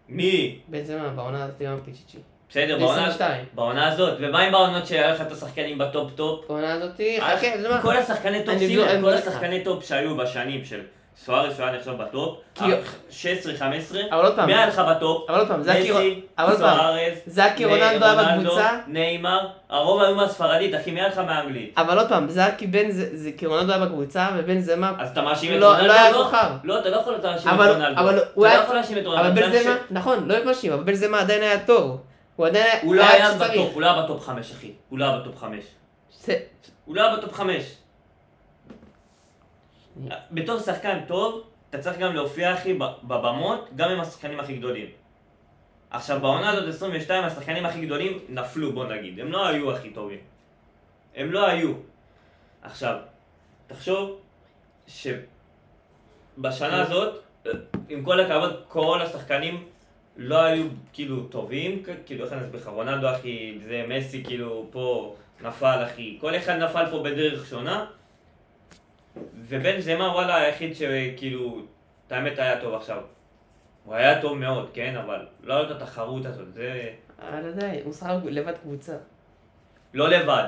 [SPEAKER 3] מי?
[SPEAKER 1] בן זמה, בעונה הזאת גם עם פיצ'יצ'י.
[SPEAKER 3] בסדר, בעונה-
[SPEAKER 1] ב-22.
[SPEAKER 3] בעונה הזאת. ומה עם העונות שהיה לך את השחקנים בטופ טופ?
[SPEAKER 1] בעונה הזאת, חכה, זה מה?
[SPEAKER 3] כל השחקני טופ,
[SPEAKER 1] אה, כן, אני
[SPEAKER 3] שים
[SPEAKER 1] לא-
[SPEAKER 3] לב,
[SPEAKER 1] אני
[SPEAKER 3] כל
[SPEAKER 1] לא-
[SPEAKER 3] השחקני טופ שהיו בשנים של סוארס, שהוא היה נחשב בטופ, אה,
[SPEAKER 1] כי-
[SPEAKER 3] 16, 15,
[SPEAKER 1] אבל עוד פעם,
[SPEAKER 3] מי היה לך בטופ?
[SPEAKER 1] אבל עוד פעם, זה היה
[SPEAKER 3] מסי,
[SPEAKER 1] כי- אבל עוד פעם,
[SPEAKER 3] סוארז,
[SPEAKER 1] זה היה כי רונלדו היה בקבוצה,
[SPEAKER 3] ניימר, הרוב היו מהספרדית, אחי, מי היה לך מאנגלית?
[SPEAKER 1] אבל עוד פעם, זה היה כי בן ז- זה כי רונלדו היה בקבוצה, ובן זמה...
[SPEAKER 3] אז אתה מאשים את
[SPEAKER 1] לא,
[SPEAKER 3] רונלדו?
[SPEAKER 1] לא היה כוכב.
[SPEAKER 3] לא, אתה לא יכול להאשים את
[SPEAKER 1] אבל-
[SPEAKER 3] רונלדו.
[SPEAKER 1] אבל
[SPEAKER 3] אתה
[SPEAKER 1] הוא
[SPEAKER 3] לא
[SPEAKER 1] היה-
[SPEAKER 3] יכול להאשים את רונלדו.
[SPEAKER 1] אבל בן
[SPEAKER 3] זה
[SPEAKER 1] זמה,
[SPEAKER 3] ש-
[SPEAKER 1] נכון, לא מפרשים, אבל בן זמה עדיין היה טוב. הוא עדיין היה...
[SPEAKER 3] הוא לא היה
[SPEAKER 1] כשצריך.
[SPEAKER 3] בטופ, הוא לא היה בטופ חמש, אחי. הוא לא היה בטופ חמש.
[SPEAKER 1] זה-
[SPEAKER 3] הוא לא היה בטופ חמש. בתור שחקן טוב, אתה צריך גם להופיע, אחי, ב- בבמות, גם עם השחקנים הכי גדולים. עכשיו, בעונה הזאת 22, השחקנים הכי גדולים נפלו, בוא נגיד. הם לא היו הכי טובים. הם לא היו. עכשיו, תחשוב שבשנה הזאת, עם כל הכבוד, כל השחקנים לא היו כאילו טובים, כ- כאילו איך אני אסביר לך, רונלדו אחי, זה מסי כאילו פה נפל אחי, כל אחד נפל פה בדרך שונה, ובן זמה וואלה היחיד שכאילו, את האמת היה טוב עכשיו. הוא היה טוב מאוד, כן, אבל לא הייתה את התחרות הזאת, זה
[SPEAKER 1] אבל עדיין, הוא שחק לבד קבוצה.
[SPEAKER 3] לא לבד.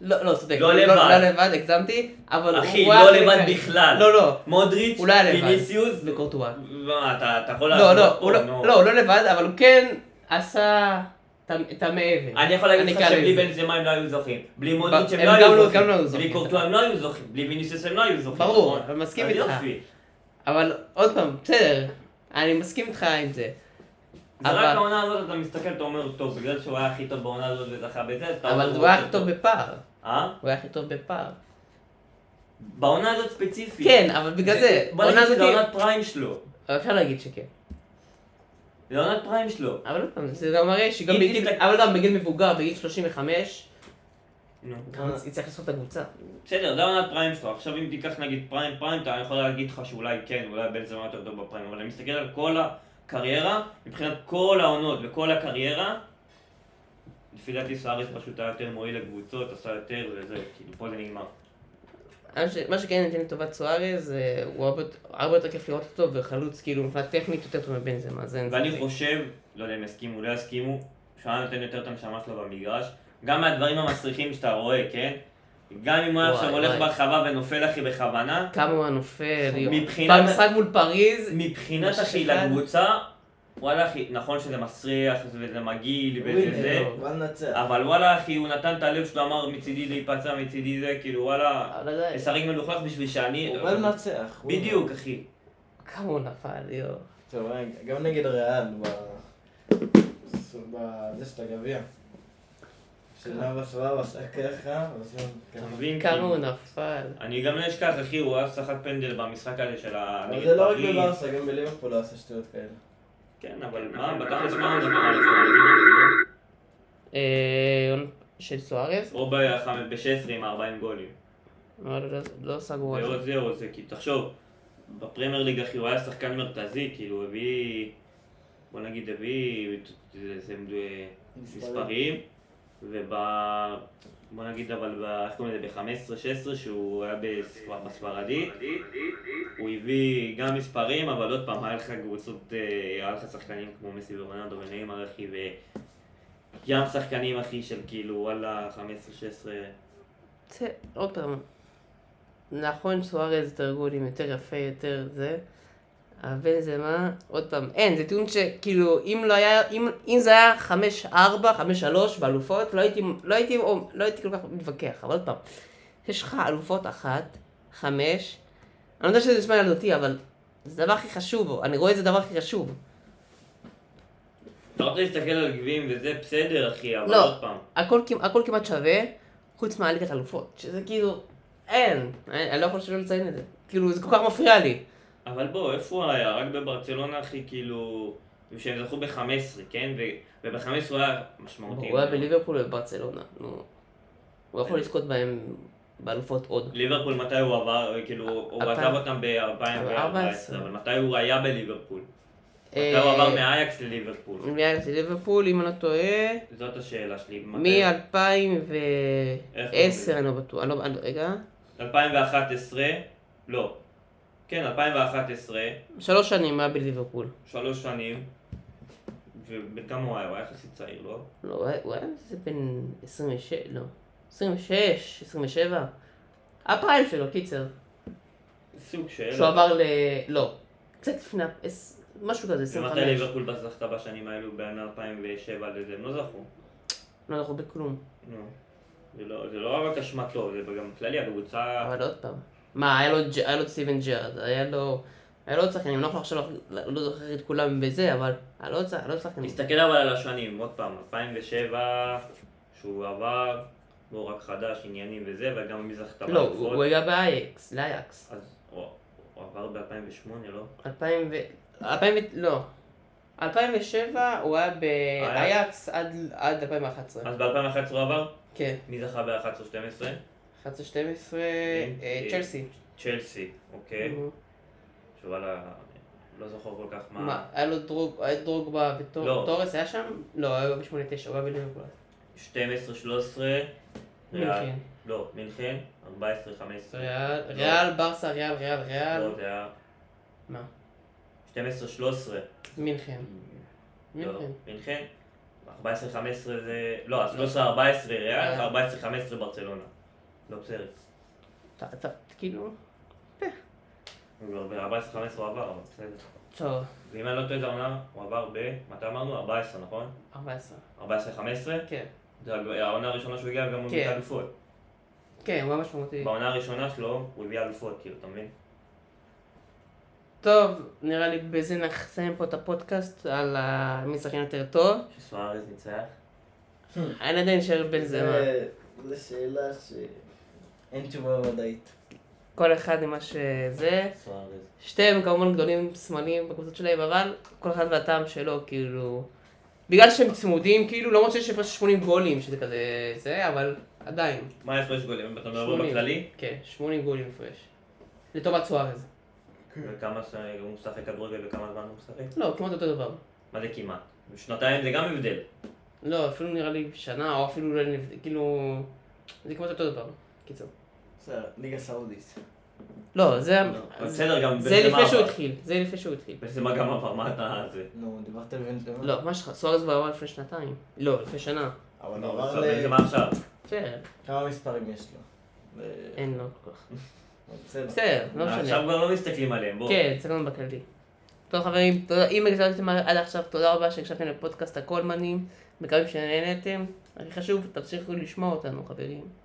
[SPEAKER 1] לא, לא, צודק.
[SPEAKER 3] לא לבד.
[SPEAKER 1] לא לבד, הגזמתי, אבל
[SPEAKER 3] אחי,
[SPEAKER 1] היה
[SPEAKER 3] לא לבד
[SPEAKER 1] חלק מה-
[SPEAKER 3] בכלל.
[SPEAKER 1] לא, לא.
[SPEAKER 3] מודריץ',
[SPEAKER 1] הוא לא היה לבד.
[SPEAKER 3] ויניסיוס,
[SPEAKER 1] וקורטואה.
[SPEAKER 3] מה, אתה אתה יכול
[SPEAKER 1] לא, לא,
[SPEAKER 3] להשוות פה,
[SPEAKER 1] הוא לא,
[SPEAKER 3] נו.
[SPEAKER 1] לא, הוא לא לבד, אבל הוא כן עשה את ה- את המעבר.
[SPEAKER 3] אני יכול להגיד לך
[SPEAKER 1] אקרא
[SPEAKER 3] שבלי
[SPEAKER 1] כן. לזה.
[SPEAKER 3] בן זמה הם לא היו זוכים. בלי
[SPEAKER 1] ב-
[SPEAKER 3] מודריץ' הם
[SPEAKER 1] הם
[SPEAKER 3] לא
[SPEAKER 1] גם לא-
[SPEAKER 3] היו זוכים.
[SPEAKER 1] גם לא היו זוכים.
[SPEAKER 3] בלי קורטואה הם לא היו זוכים. בלי ויניסיוס הם לא היו זוכים.
[SPEAKER 1] ברור,
[SPEAKER 3] נכון?
[SPEAKER 1] אני מסכים
[SPEAKER 3] אז
[SPEAKER 1] איתך.
[SPEAKER 3] יופי.
[SPEAKER 1] אבל עוד פעם, בסדר, אני מסכים איתך עם זה.
[SPEAKER 3] זה
[SPEAKER 1] אבל-
[SPEAKER 3] רק העונה הזאת, אתה מסתכל, אתה אומר, טוב, בגלל שהוא היה הכי טוב בעונה הזאת וזכה בזה, אז אתה אומר... "אוקיי,
[SPEAKER 1] אבל הוא היה
[SPEAKER 3] יותר
[SPEAKER 1] הכי טוב בפער.
[SPEAKER 3] אה?
[SPEAKER 1] הוא היה הכי טוב בפער.
[SPEAKER 3] בעונה הזאת ספציפית.
[SPEAKER 1] כן, אבל בגלל זה,
[SPEAKER 3] בוא נגיד
[SPEAKER 1] העונה
[SPEAKER 3] שזו
[SPEAKER 1] הזאת-
[SPEAKER 3] עונת פריים שלו.
[SPEAKER 1] אבל אפשר להגיד שכן.
[SPEAKER 3] זה עונת פריים שלו.
[SPEAKER 1] אבל עוד פעם, זה גם מראה שגם
[SPEAKER 3] אם
[SPEAKER 1] בגיל,
[SPEAKER 3] תסתכל-
[SPEAKER 1] אבל גם בגיל מבוגר, בגיל 35,
[SPEAKER 3] נו.
[SPEAKER 1] גם יצטרך לסוף את הקבוצה.
[SPEAKER 3] בסדר, זה עונת פריים שלו. עכשיו אם תיקח נגיד פריים פריים, אתה יכול להגיד לך שאולי כן, אולי בן זמן יותר טוב בפריים, אבל אני מסתכל על כל הקריירה, מבחינת כל העונות וכל הקריירה, לפי דעתי סאריס פשוט היה יותר מועיל לקבוצות, עשה יותר וזה, כאילו פה זה נגמר.
[SPEAKER 1] מה ש- מה שכן נותן לטובת סוארז, אה, הוא הרבה יותר- הרבה יותר כיף לראות אותו, וחלוץ כאילו מבחינה טכנית יותר טוב מבנזמה, זה אין
[SPEAKER 3] ואני
[SPEAKER 1] ספק.
[SPEAKER 3] חושב, לא יודע אם יסכימו או לא יסכימו, שהוא היה נותן יותר את הנשמה שלו במגרש, גם מהדברים המסריחים שאתה רואה, כן? גם אם הוא היה
[SPEAKER 1] וואי,
[SPEAKER 3] עכשיו הולך
[SPEAKER 1] וואי.
[SPEAKER 3] ברחבה ונופל אחי בכוונה,
[SPEAKER 1] כמה הוא היה נופל, יו.
[SPEAKER 3] מבחינת-
[SPEAKER 1] במשחק מול פריז,
[SPEAKER 3] מבחינת אחי
[SPEAKER 1] שחקן.
[SPEAKER 3] לקבוצה, וואלה אחי, נכון שזה מסריח וזה מגעיל וזה
[SPEAKER 2] ווינר,
[SPEAKER 3] זה,
[SPEAKER 2] בוא ננצח.
[SPEAKER 3] אבל וואלה אחי, הוא נתן את הלב שלו, אמר מצידי להיפצע, מצידי זה, כאילו וואלה,
[SPEAKER 1] אבל עדיין,
[SPEAKER 3] לשחק מלוכלך בשביל שאני...
[SPEAKER 2] בוא ננצח. ווינר.
[SPEAKER 3] בדיוק אחי.
[SPEAKER 1] כמה הוא נפל, יואו.
[SPEAKER 2] טוב, רגע, גם נגד ריאל, ב... בזה של הגביע.
[SPEAKER 3] כן.
[SPEAKER 2] שלאבא סבבה עשה ככה, ועושים
[SPEAKER 3] אתה
[SPEAKER 2] ככה.
[SPEAKER 3] מבין?
[SPEAKER 1] כמה
[SPEAKER 3] כאילו,
[SPEAKER 1] הוא נפל.
[SPEAKER 3] אני גם לא אשכח, אחי, הוא היה שחק פנדל במשחק הזה של ה...
[SPEAKER 2] אבל
[SPEAKER 3] נגד
[SPEAKER 2] זה לא רק
[SPEAKER 3] פריז.
[SPEAKER 2] בברסה, גם בליברפול לא עשה שטויות כאלה.
[SPEAKER 3] כן, אבל מה, בתכלס מה נדבר על זה?
[SPEAKER 1] אה, עונה של סוארז?
[SPEAKER 3] או ב-16 עם 40 גולים.
[SPEAKER 1] לא, לא, לא- לא סגרו על
[SPEAKER 3] זה
[SPEAKER 1] זה.
[SPEAKER 3] או זה או זה, כי תחשוב, בפרמייר ליג אחי הוא היה שחקן מרכזי, כאילו הוא הביא, בוא נגיד הביא זה- זה- זה- מספרים, וב... בוא נגיד אבל, ב- איך קוראים לזה, ב-15-16 שהוא היה בספר- בספרדית, הוא הביא גם מספרים, אבל עוד פעם, היה לך קבוצות, אה, היה לך שחקנים כמו מסי ורוננדו ונאמר אחי, וים שחקנים אחי של כאילו וואלה 15-16.
[SPEAKER 1] זה, עוד פעם, נכון סוארז יותר גולים, יותר יפה, יותר זה, אבל זה מה, עוד פעם, אין, זה טיעון שכאילו, אם לא היה, אם, אם זה היה 5-4, 5-3 באלופות, לא הייתי, לא הייתי, או, לא הייתי כל כך מתווכח, אבל עוד פעם, יש לך אלופות אחת, חמש, אני לא יודע שזה נשמע ילדותי, אבל זה הדבר הכי חשוב, אני רואה את זה הדבר הכי חשוב.
[SPEAKER 3] אתה רוצה להסתכל על גביעים וזה בסדר אחי, אבל
[SPEAKER 1] לא.
[SPEAKER 3] עוד פעם.
[SPEAKER 1] הכל, כמע- הכל כמעט שווה, חוץ מהליגת אלופות, שזה כאילו, אין, אין, אני לא יכול שלא לציין את זה, כאילו זה כל כך מפריע לי.
[SPEAKER 3] אבל בוא, איפה הוא היה? רק בברצלונה אחי, כאילו... שהם זכו ב-15, כן? וב-15 הוא היה משמעותי.
[SPEAKER 1] הוא היה בליברפול ובברצלונה, נו. הוא יכול לזכות בהם באלופות עוד.
[SPEAKER 3] ליברפול מתי הוא עבר, כאילו, הוא
[SPEAKER 1] אלפיים-
[SPEAKER 3] עזב אותם ב-2014,
[SPEAKER 1] 2014.
[SPEAKER 3] אבל מתי הוא היה בליברפול? מתי
[SPEAKER 1] אה,
[SPEAKER 3] הוא עבר מאייקס לליברפול?
[SPEAKER 1] מאז ליברפול, אם אני לא טועה,
[SPEAKER 3] זאת השאלה שלי. מתי? איך
[SPEAKER 1] מ-2010, אני לא בטוח, אני לא, אני- רגע,
[SPEAKER 3] 2011, לא. כן, 2011,
[SPEAKER 1] שלוש שנים היה בליברפול.
[SPEAKER 3] שלוש שנים. ובן כמה הוא היה? הוא היה יחסית צעיר, לא?
[SPEAKER 1] לא, הוא היה- הוא היה איזה בן 26, לא, 26, 27. הפריים שלו,
[SPEAKER 3] אה,
[SPEAKER 1] קיצר.
[SPEAKER 3] סוג של...
[SPEAKER 1] שהוא עבר ל... לא, קצת לפני, ה- עש- משהו כזה,
[SPEAKER 3] ומתי
[SPEAKER 1] 25.
[SPEAKER 3] ליברפול זכתה בשנים האלו בין 2007 לזה? הם לא זכו.
[SPEAKER 1] לא אנחנו בכלום,
[SPEAKER 3] נו. זה לא- זה לא רק אשמתו, זה גם כללי הקבוצה...
[SPEAKER 1] אבל עוד פעם. מה, היה לו ג'- היה לו את סטיבן ג'רד, היה לו... היה לו עוד שחקנים, אני לא יכול עכשיו, לא זוכר את כולם בזה, אבל היה לו עוד שח- היה לו עוד שחקנים.
[SPEAKER 3] תסתכל אבל על השנים, עוד פעם, 2007, שהוא עבר, הוא רק חדש, עניינים וזה, וגם מי זכתה
[SPEAKER 1] לא, הוא הוא היה באייקס, לאייקס.
[SPEAKER 3] אז הוא הוא עבר ב-2008, לא?
[SPEAKER 1] 2000 ו... 2000 ו... לא. 2007 הוא היה באייקס עד עד 2011.
[SPEAKER 3] אז ב-2011 הוא עבר?
[SPEAKER 1] כן.
[SPEAKER 3] מי זכה ב-11-12?
[SPEAKER 1] 11-12,
[SPEAKER 3] אה,
[SPEAKER 1] אה, צ'לסי.
[SPEAKER 3] צ'לסי,
[SPEAKER 1] לא.
[SPEAKER 3] אוקיי? שוואלה, לא זוכר כל כך מה...
[SPEAKER 1] מה, היה לו דרוג, היה דרוגבה
[SPEAKER 3] לא.
[SPEAKER 1] וטורס היה שם? לא, היה ב-89, הוא היה בליברפול.
[SPEAKER 3] 12-13, ריאל,
[SPEAKER 1] מינכן.
[SPEAKER 3] לא, מינכן, 14-15.
[SPEAKER 1] ריאל,
[SPEAKER 3] לא.
[SPEAKER 1] ריאל, ברסה, ריאל, ריאל, ריאל.
[SPEAKER 3] לא, זה היה
[SPEAKER 1] מה?
[SPEAKER 3] 12-13.
[SPEAKER 1] מינכן.
[SPEAKER 3] לא,
[SPEAKER 1] מינכן.
[SPEAKER 3] מינכן. 14-15 זה... לא, 13-14 ריאל,
[SPEAKER 1] אה.
[SPEAKER 3] 14-15 ברצלונה. לא בסדר.
[SPEAKER 1] אתה, אתה, כאילו...
[SPEAKER 3] ב-14-15 הוא עבר, אבל בסדר.
[SPEAKER 1] טוב,
[SPEAKER 3] ואם אני לא טועה, זו העונה, הוא עבר ב... מתי אמרנו? 14, נכון?
[SPEAKER 1] 14.
[SPEAKER 3] 14-15? אוקיי.
[SPEAKER 1] כן.
[SPEAKER 3] זה הג- העונה הראשונה שהוא הגיע גם הוא
[SPEAKER 1] כן.
[SPEAKER 3] הביא אלופות.
[SPEAKER 1] כן, הוא היה משמעותי.
[SPEAKER 3] בעונה הראשונה שלו הוא הביא אלופות, כאילו, אתה מבין?
[SPEAKER 1] טוב, נראה לי בזה נחסם פה את הפודקאסט על ה- מי שחקן יותר טוב.
[SPEAKER 3] שסוארז ניצח.
[SPEAKER 1] אני עדיין אשאר בן זמה.
[SPEAKER 2] זו שאלה שאין תשובה ודאית.
[SPEAKER 1] כל אחד עם מה שזה.
[SPEAKER 3] סוארז.
[SPEAKER 1] שתיהם כמובן גדולים שמאליים בקבוצות שלהם, אבל כל אחד והטעם שלו, כאילו... בגלל שהם צמודים, כאילו, למרות שיש הפרש 80 גולים, שזה כזה זה, אבל עדיין.
[SPEAKER 3] מה ההפרש גולים? אתה מדבר
[SPEAKER 1] 80.
[SPEAKER 3] בכללי?
[SPEAKER 1] כן, 80 גולים הפרש. לטובת סוארז.
[SPEAKER 3] וכמה ש- הוא משחק כדורגל וכמה זמן הוא משחק?
[SPEAKER 1] לא, כמעט אותו דבר.
[SPEAKER 3] מה זה כמעט? שנתיים זה גם הבדל.
[SPEAKER 1] לא, אפילו נראה לי שנה, או אפילו, לא נבד- כאילו... זה כמעט אותו דבר. קיצור.
[SPEAKER 2] בסדר, ליגה סעודית.
[SPEAKER 1] לא, זה...
[SPEAKER 3] אבל בסדר, גם
[SPEAKER 1] זה
[SPEAKER 3] בנזמה
[SPEAKER 1] לפני שהוא
[SPEAKER 3] עבר.
[SPEAKER 1] התחיל, זה לפני שהוא התחיל.
[SPEAKER 3] בנזמה גם עבר, מה אתה... זה?
[SPEAKER 2] נו, דיברת על בנזמה?
[SPEAKER 1] לא, מה שלך, סוארז כבר עבר לפני שנתיים. לא, לפני שנה.
[SPEAKER 2] אבל
[SPEAKER 3] לא,
[SPEAKER 2] נעבר
[SPEAKER 3] בסדר,
[SPEAKER 2] ל...
[SPEAKER 3] בנזמה עכשיו.
[SPEAKER 1] בסדר,
[SPEAKER 2] כמה מספרים יש לו? ל-
[SPEAKER 1] אין לו כל כך.
[SPEAKER 2] בסדר.
[SPEAKER 1] בסדר, לא משנה.
[SPEAKER 3] עכשיו כבר לא מסתכלים עליהם, בואו.
[SPEAKER 1] כן, סגרנו בכללי. טוב חברים, תודה, אם הקשבתם עד עכשיו, תודה רבה שהקשבתם לפודקאסט הקולמנים, מקווים שנהנתם. הכי חשוב, תמשיכו לשמוע אותנו חברים.